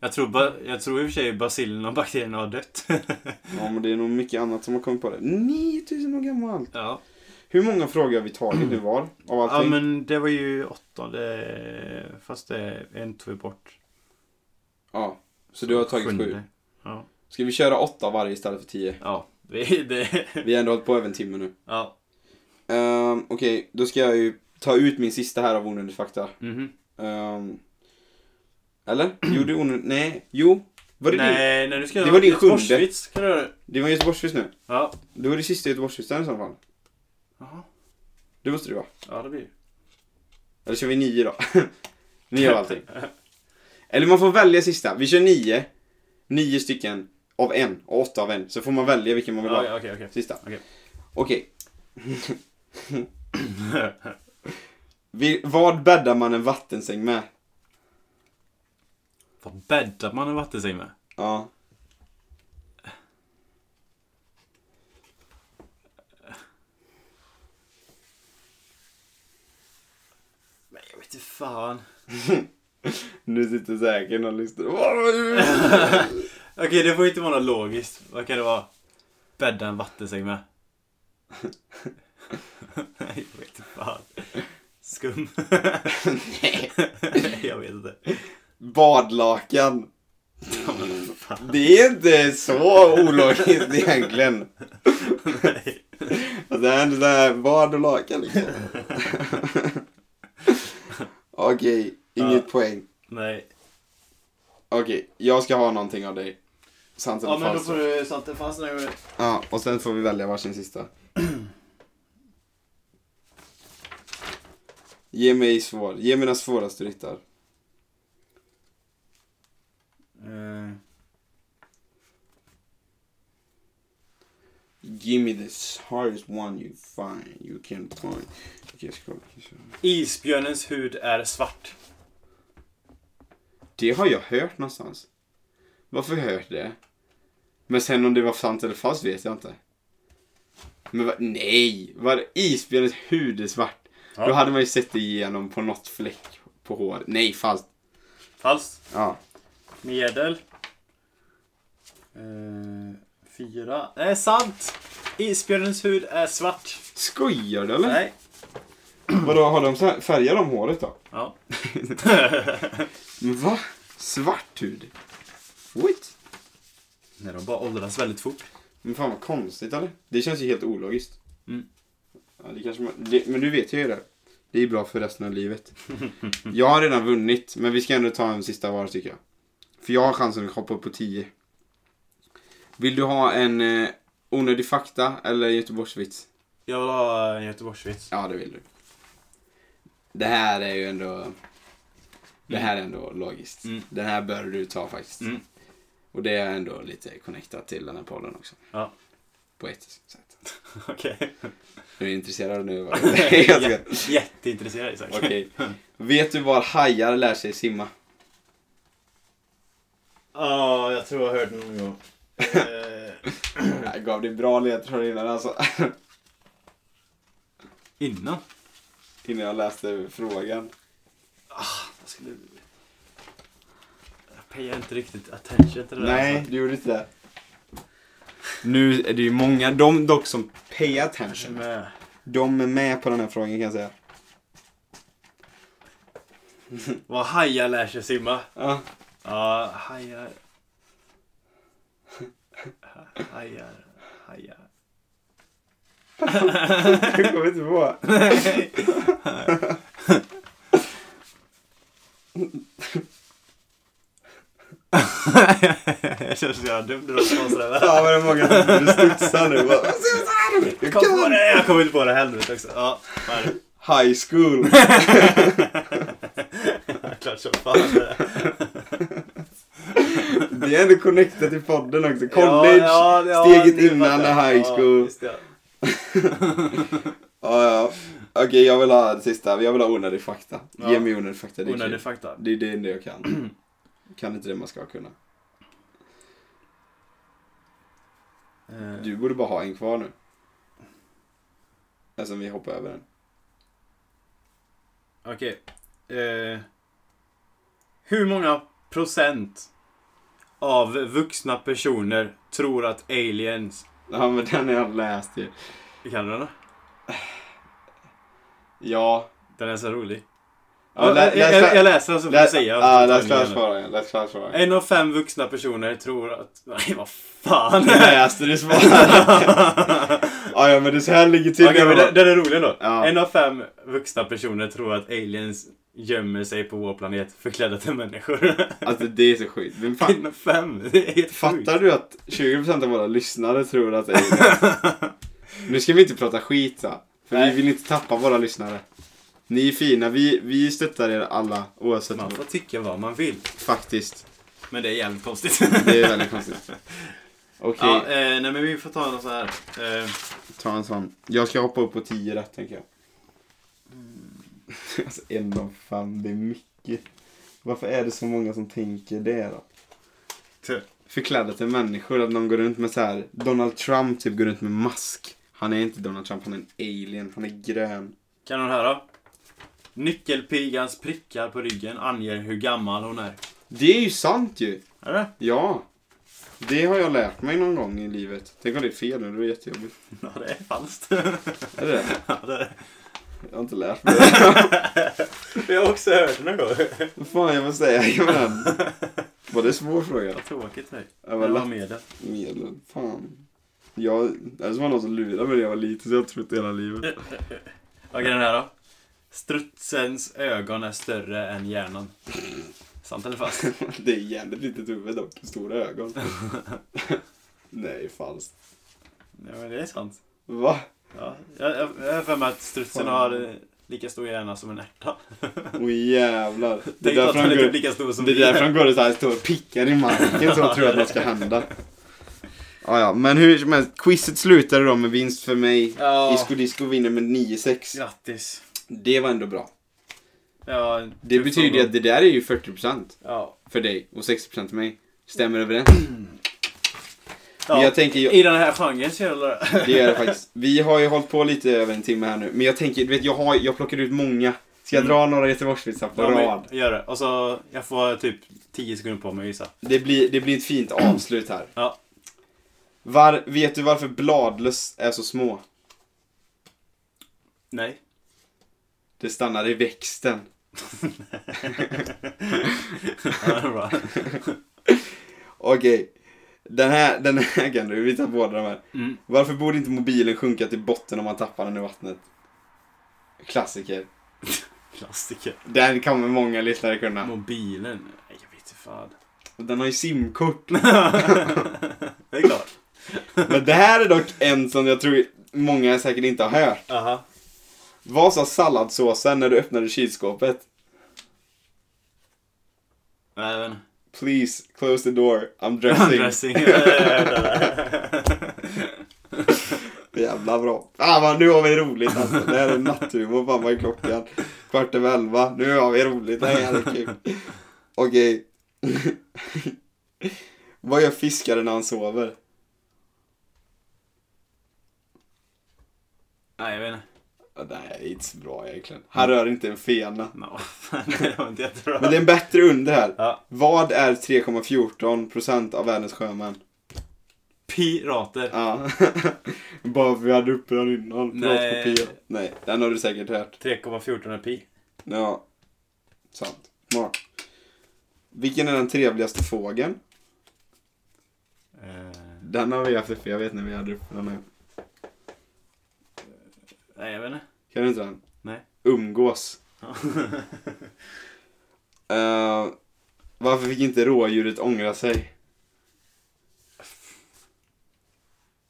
B: Jag tror, ba- jag tror i och för sig basilen och bakterierna har dött.
A: Ja, men det är nog mycket annat som har kommit på det. 9000 år gammalt.
B: ja.
A: Hur många frågor har vi tagit nu var? Av
B: ja,
A: allting?
B: men det var ju åttonde. Fast det är en tog vi bort.
A: Ja, så du har tagit sju.
B: Sjunde. Ja.
A: Ska vi köra åtta varje istället för tio?
B: Ja. Det, det,
A: Vi har ändå hållit på över en timme nu.
B: ja.
A: Ehm, Okej, då ska jag ju ta ut min sista här av onödig fakta.
B: Mhm.
A: Ehm, eller? Gjorde onödig... Nej. Jo. Var det din?
B: Nej, när du ska
A: Det var din
B: göra
A: sjunde.
B: Göteborgsvits kan du göra det.
A: Det var Göteborgsvits nu.
B: Ja.
A: Det var det sista Göteborgsvitsen i så fall.
B: Jaha.
A: Det måste det vara.
B: Ja, det blir det.
A: Eller kör vi nio då? nio av allting. Eller man får välja sista. Vi kör nio. Nio stycken av en och åtta av en. Så får man välja vilken man vill
B: Ja,
A: ha.
B: ja, okej, okej.
A: Sista.
B: Okej.
A: Okej. Vi- Vad bäddar man en vattensäng med?
B: Vad bäddar man en vattensäng med?
A: Ja.
B: Men jag vet inte fan.
A: Nu sitter säkert någon och lyssnar.
B: Okej, det får inte vara något logiskt. Vad kan det vara? Bädda en vattensäng med. Nej, jag vet inte fan. Skum. jag vet inte.
A: Badlakan.
B: Ja, men fan.
A: Det är inte så ologiskt egentligen.
B: Nej.
A: Alltså, det är ändå så här bad och lakan liksom. Okej, inget poäng.
B: Nej.
A: Okej, jag ska ha någonting av dig. Sant eller falskt?
B: du sant det fast nu.
A: Ja, och sen får vi välja varsin sista. Ge mig svår. Ge mina svåraste ryttar.
B: Eh,
A: Give me the hardest one you find. You can find. Okej, jag ska-
B: Isbjörnens hud är svart.
A: Det har jag hört någonstans. Varför har jag hört det? Men sen om det var sant eller falskt vet jag inte. Men va, nej! Var isbjörnens hud är svart?
B: Ja.
A: Då hade man ju sett det igenom på något fläck på håret. Nej, falskt.
B: Falskt.
A: Ja.
B: Medel. Eh, fyra. Nej, sant! Isbjörnens hud är svart.
A: Skojar du eller?
B: Nej.
A: Vadå, har de så här, färgar de håret då?
B: Ja.
A: Men Va? Svart hud? What?
B: Nej, de bara åldras väldigt fort.
A: Men fan vad konstigt eller? Det känns ju helt ologiskt.
B: Mm.
A: Ja, det kanske man, det, men du vet ju det. Det är bra för resten av livet. jag har redan vunnit, men vi ska ändå ta en sista var tycker jag. För jag har chansen att hoppa upp på 10. Vill du ha en eh, onödig fakta eller Göteborgsvits?
B: Jag vill ha eh, en göteborgsvits.
A: Ja, det vill du. Det här är ju ändå... Det här är ändå logiskt.
B: Mm.
A: Den här bör du ta faktiskt.
B: Mm.
A: Och det är ändå lite connectat till den här podden också.
B: Ja.
A: På ett sätt.
B: Okej.
A: Du är intresserad nu va? Jag skojar.
B: Jä- Jätteintresserad Isak.
A: Okej. Vet du var hajar lär sig simma?
B: Ja, jag tror jag hörde den någon gång. Eh,
A: Jag gav dig bra ledtrådar innan alltså.
B: Innan?
A: Innan jag läste frågan.
B: Jag skulle... Jag payar inte riktigt attention till det där.
A: Nej,
B: alltså.
A: du gjorde inte det. Nu är det ju många, de dock som pay attention.
B: Men,
A: De är med på den här frågan kan jag säga.
B: vad hajar lär sig simma.
A: Ja.
B: Ja, hajar... Ha- Hajar... Hajar...
A: Jag kommer inte på.
B: jag känner så jävla dum när de sa sådär.
A: Ja, men det är många som borde studsa nu. Bara, "Vad ska jag säga nu?" Jag
B: Kom på
A: kan.
B: det! Jag kommer inte på det helvete också. Ja, vad är det?
A: High school.
B: Klart som fan.
A: Det är ändå connectat till podden också.
B: Ja,
A: College.
B: ja, ja,
A: steget
B: nu
A: innan
B: fattar jag.
A: är high school.
B: Ja, just det.
A: Ja, ja. Okej, jag vill ha det sista. Jag vill ha onödig fakta.
B: Ja.
A: Ge mig onödig fakta. Det är,
B: Onödig
A: onödig
B: fakta.
A: det, är det enda jag kan. kan inte det man ska kunna.
B: Eh,
A: Du borde bara ha en kvar nu. Alltså, vi hoppar över den.
B: Okej. Eh, hur många procent av vuxna personer tror att aliens...
A: Ja, men den har jag läst ju.
B: Kan du den?
A: Ja.
B: Den är så rolig.
A: ja lä-
B: jag,
A: läs-
B: jag, jag läser den så får jag
A: läs-
B: säga.
A: Ja, läs klarspara. Läs klarspara.
B: En av fem vuxna personer tror att... Nej, vad fan!
A: Läste du svaret? ja, ja, men det så här ligger till.
B: Okej, men den, den är rolig då.
A: Typ Ja.
B: En av fem vuxna personer tror att aliens gömmer sig på vår planet förklädda till människor.
A: Alltså det är så sjukt. Men fan,
B: En av fem, det är helt sjukt.
A: fattar du att 20% av våra lyssnare tror att det är Nu ska vi inte prata skit så. För
B: Nej.
A: vi vill inte tappa våra lyssnare. Ni är fina. Vi, vi stöttar er alla oavsett.
B: Man får tycka vad man vill.
A: Faktiskt.
B: Men det är jävligt konstigt.
A: Det är väldigt konstigt. Okej,
B: ja, eh, nej men vi får ta något så här. Eh,
A: ta en sån. Jag ska hoppa upp på 10 rätt tänker jag.
B: Mm.
A: Alltså en av fem, det är mycket. Varför är det så många som tänker det då?
B: Ty.
A: Förklädda till människor, att någon går runt med så här. Donald Trump typ går runt med mask. Han är inte Donald Trump, han är en alien. Han är grön.
B: kan hon höra? Nyckelpigans prickar på ryggen anger hur gammal hon är.
A: Det är ju sant ju.
B: Är det?
A: Ja. Det har jag lärt mig någon gång i livet. Tänk om det är fel nu, det var jättejobbigt.
B: Ja, det är falskt.
A: Är det det?
B: ja, det är. det.
A: Jag har inte lärt mig det.
B: Jag har också hört det någon gång.
A: Vad fan jag får säga? Jag menar, var det en svår fråga?
B: Vad tråkigt för dig.
A: Jag var
B: Jag var
A: lätt
B: med det.
A: medel. Fan. Jag, det var någon som lurade mig när jag var liten så jag har trott hela livet.
B: Okej, den här då. Strutsens ögon är större än hjärnan. Sant eller falskt?
A: Det är jävligt litet huvud dock. Stora ögon. Nej, falskt.
B: Ja, men det är sant.
A: Va?
B: Ja, jag jag- jag har för mig att strutsen
A: Fan.
B: har eh, lika stor hjärna som en ärta.
A: Åh jävlar. Det är
B: Tänk att
A: därför
B: han
A: de
B: är typ
A: går,
B: lika stor som
A: det är
B: vi är.
A: därför de går och så här står och pickar i marken så de tror att något ska hända. Ja, ja, men hur som helst. Quizet slutade då med vinst för mig.
B: Ja,
A: Disco Disco vinner med 9-6.
B: grattis.
A: Det var ändå bra.
B: Ja,
A: Det
B: du
A: betyder ju
B: får-
A: att det där är ju 40%
B: Ja.
A: för dig och 60% för mig. Stämmer överens? Men
B: ja.
A: jag tänker, jag,
B: I den här genren så gäller det.
A: det gör det faktiskt. Vi har ju hållit på lite över en timme här nu. Men jag tänker, du vet jag, har, jag plockar ut många. Ska jag
B: Mm.
A: dra några Göteborgsvitsar på
B: Ja, men
A: rad?
B: Gör det. Och så, jag får typ 10 sekunder på mig att gissa.
A: Det blir, det blir ett fint avslut här.
B: Ja.
A: Var, vet du varför bladlöss är så små?
B: Nej.
A: Det stannar i växten.
B: Ja, det är bra.
A: Okej. Den här, den här kan du, vi tar båda de här.
B: Mm.
A: Varför borde inte mobilen sjunka till botten om man tappar den i vattnet? Klassiker.
B: Klassiker.
A: Den kommer många lyssnare kunna.
B: Mobilen. Nej, jag vet inte fan.
A: Den har ju simkort.
B: det är klart.
A: Men det här är dock en som jag tror många säkert inte har hört.
B: Aha.
A: Vad sa salladssåsen när du öppnade kylskåpet?
B: Även.
A: Please, close the door, I'm dressing.
B: Dressing. Ja, ja, ja, ja.
A: Jävla bra. Ah, vad- nu har vi roligt alltså. Det här är natthumor. Fan vad är klockan? Kvart över elva. Nu har vi roligt. Det här är kul. Okej. vad gör fiskaren när han sover?
B: Nej, jag vet inte.
A: Ah, Nej, det är inte så bra egentligen. Han rör inte en fena.
B: No. det var inte jättebra.
A: Men det är en bättre under här.
B: Ja.
A: Vad är 3,14% av världens sjömän?
B: Pirater.
A: Ja. Bara för vi hade uppe den innan.
B: Nej.
A: Piratkopior. Nej, den har du säkert hört.
B: 3,14 är pi.
A: Ja. Sant. Smart. Vilken är den trevligaste fågeln?
B: Eh,
A: Den har vi haft uppe. Jag vet när vi hade uppe den här.
B: nej, jag vet inte.
A: Kan du inte den?
B: Nej.
A: Umgås.
B: Ja.
A: Eh, varför fick inte rådjuret ångra sig?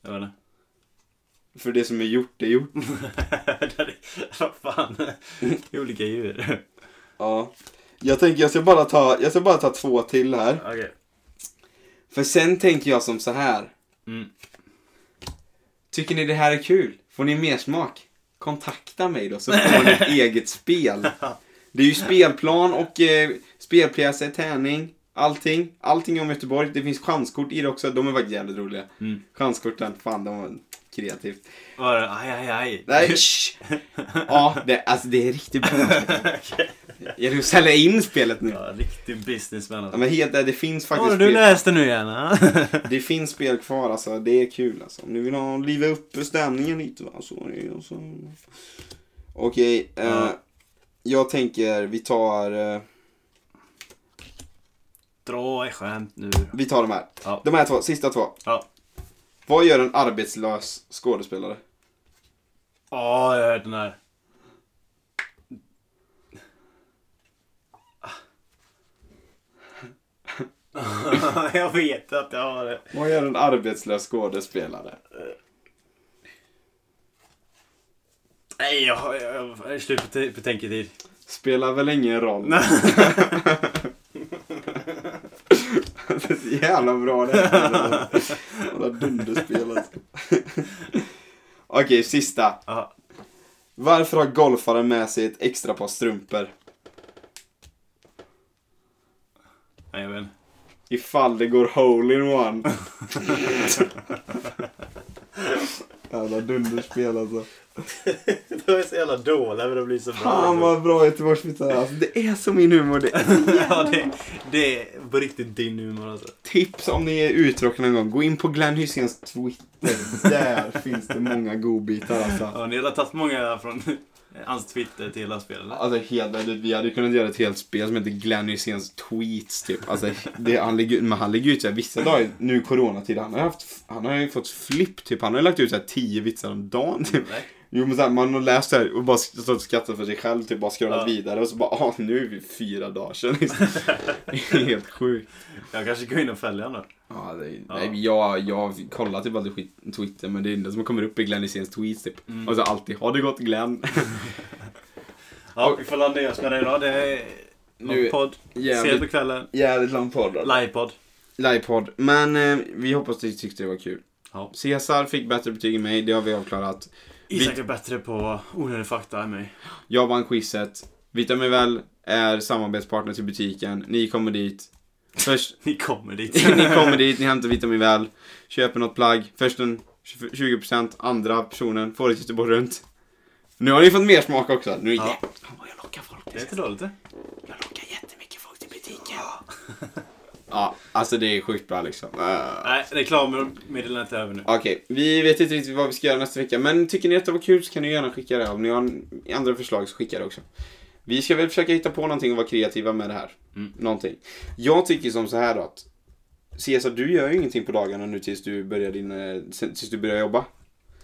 B: Jag vet inte.
A: För det som är gjort är gjort.
B: Det är- Vad fan. Det är olika djur.
A: Ja. Jag tänker jag ska bara ta, jag ska bara ta två till här.
B: Okej.
A: För sen tänker jag som så här.
B: Mm.
A: Tycker ni det här är kul? Får ni mer smak? Kontakta mig då så får ni ett eget spel. Det är ju spelplan och eh, spelpjäser, tärning, allting. Allting om Göteborg. Det finns chanskort i det också. De är faktiskt jävligt roliga.
B: Mm.
A: Chanskorten, fan de var kreativt.
B: Var det aj, aj, aj?
A: Nej, shh. Ja, det, alltså det är riktigt bra.
B: Okej.
A: Gäller det att sälja in spelet nu?
B: Ja, riktig businessman
A: Ja,
B: alltså.
A: men helt, eh, det finns
B: Har
A: faktiskt
B: du
A: spel.
B: läst det nu igen? ha?
A: Det finns spel kvar alltså. Det är kul alltså. Om ni vill ha, liva upp stämningen lite va. Så, är det, så. Okej. eh,
B: Ja.
A: Jag tänker vi tar, eh,
B: Dra ett skämt nu.
A: vi tar de här.
B: Ja.
A: De här två, sista två.
B: Ja.
A: Vad gör en arbetslös skådespelare?
B: Ja, jag har hört den här. Ah. jag vet att jag har det.
A: Vad gör en arbetslös skådespelare?
B: Nej, jag har... Jag, jag, jag är slut på, t- på tänketid.
A: Spelar väl ingen roll. det är så jävla bra det här. Jävla dunderspel alltså. Okej, sista.
B: Ja.
A: Varför har golfaren med sig ett extra par strumpor?
B: Nej, jag vet inte.
A: Ifall det går hole in one. Jävla dunderspel alltså.
B: De är så jävla dåliga men de blir så bra.
A: Fan vad bra göteborgsvitsar är. alltså, Det är så min humor. Det är
B: ja, det, det är på riktigt din humor alltså.
A: tips om ni är uttråkade någon gång. Gå in på Glenn Hyséns Twitter. Där finns det många godbitar alltså.
B: Ja, ni har tagit många från hans Twitter till hela spelet.
A: Alltså helt ärligt, vi hade kunnat göra ett helt spel som heter Glenn Hyséns tweets typ. Alltså, det, han ligger, men han ligger ut så här, vissa dagar nu i coronatid. Han har, haft, han har ju fått flipp typ. Han har ju lagt ut så här tio vitsar om dagen typ.
B: Nej.
A: Jo men så här, man har läst det här och bara stått och skrattat för sig själv typ bara scrollat
B: Ja.
A: vidare och så bara ah nu är vi fyra dagar sedan liksom. Det är helt sjukt.
B: Jag kanske går in och följer honom.
A: Ja, det,
B: Ja.
A: Nej, jag, jag kollar typ aldrig skit- Twitter men det enda som kommer upp är Glenn Hyséns tweets typ.
B: Mm.
A: Och så alltid har det gått Glenn.
B: Ja, vi får landa i oss med det idag. Det är
A: Nu-
B: någon podd. Ses på
A: jävligt,
B: kvällen.
A: jävligt lång podd. alltså.
B: Livepodd.
A: Livepodd. Men eh, vi hoppas du tyckte det var kul.
B: Ja.
A: Cesar fick bättre betyg än mig, det har vi avklarat.
B: Isak är bättre på onödig fakta än mig.
A: Jag vann quizet. Vitamivel är samarbetspartner till butiken. Ni kommer dit. Först,
B: Ni kommer dit.
A: ni kommer dit, ni hämtar Vitamin Väl, köper något plagg, först en 20%, andra personen får ett Göteborg runt. Nu har ni fått mer smak också. Nu
B: Ja.
A: Fan vad jag lockar folk.
B: Det är inte dåligt det.
A: Jag lockar jättemycket folk till butiken. Ja, alltså det är sjukt bra liksom. Eh,
B: Nej, reklammeddelandet är över nu.
A: Okej, vi vet inte riktigt vad vi ska göra nästa vecka, men tycker ni att det var kul så kan ni gärna skicka det. Om ni har andra förslag så skicka det också. Vi ska väl försöka hitta på någonting och vara kreativa med det här.
B: Mm.
A: Någonting. Jag tycker som så här då att Cesar, du gör ju ingenting på dagarna nu tills du börjar, din, eh, sen- tills du börjar jobba.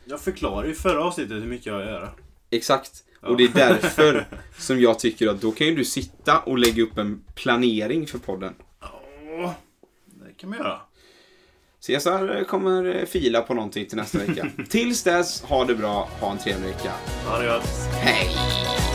B: Jag förklarade ju i förra avsnittet hur mycket jag har att göra.
A: Exakt.
B: Ja.
A: Och det är därför som jag tycker att då kan ju du sitta och lägga upp en planering för podden.
B: Åh, det kan man göra.
A: Cesar kommer eh, fila på någonting till nästa vecka. tills dess, ha det bra, ha en trevlig vecka.
B: Ha det gött.
A: Hej!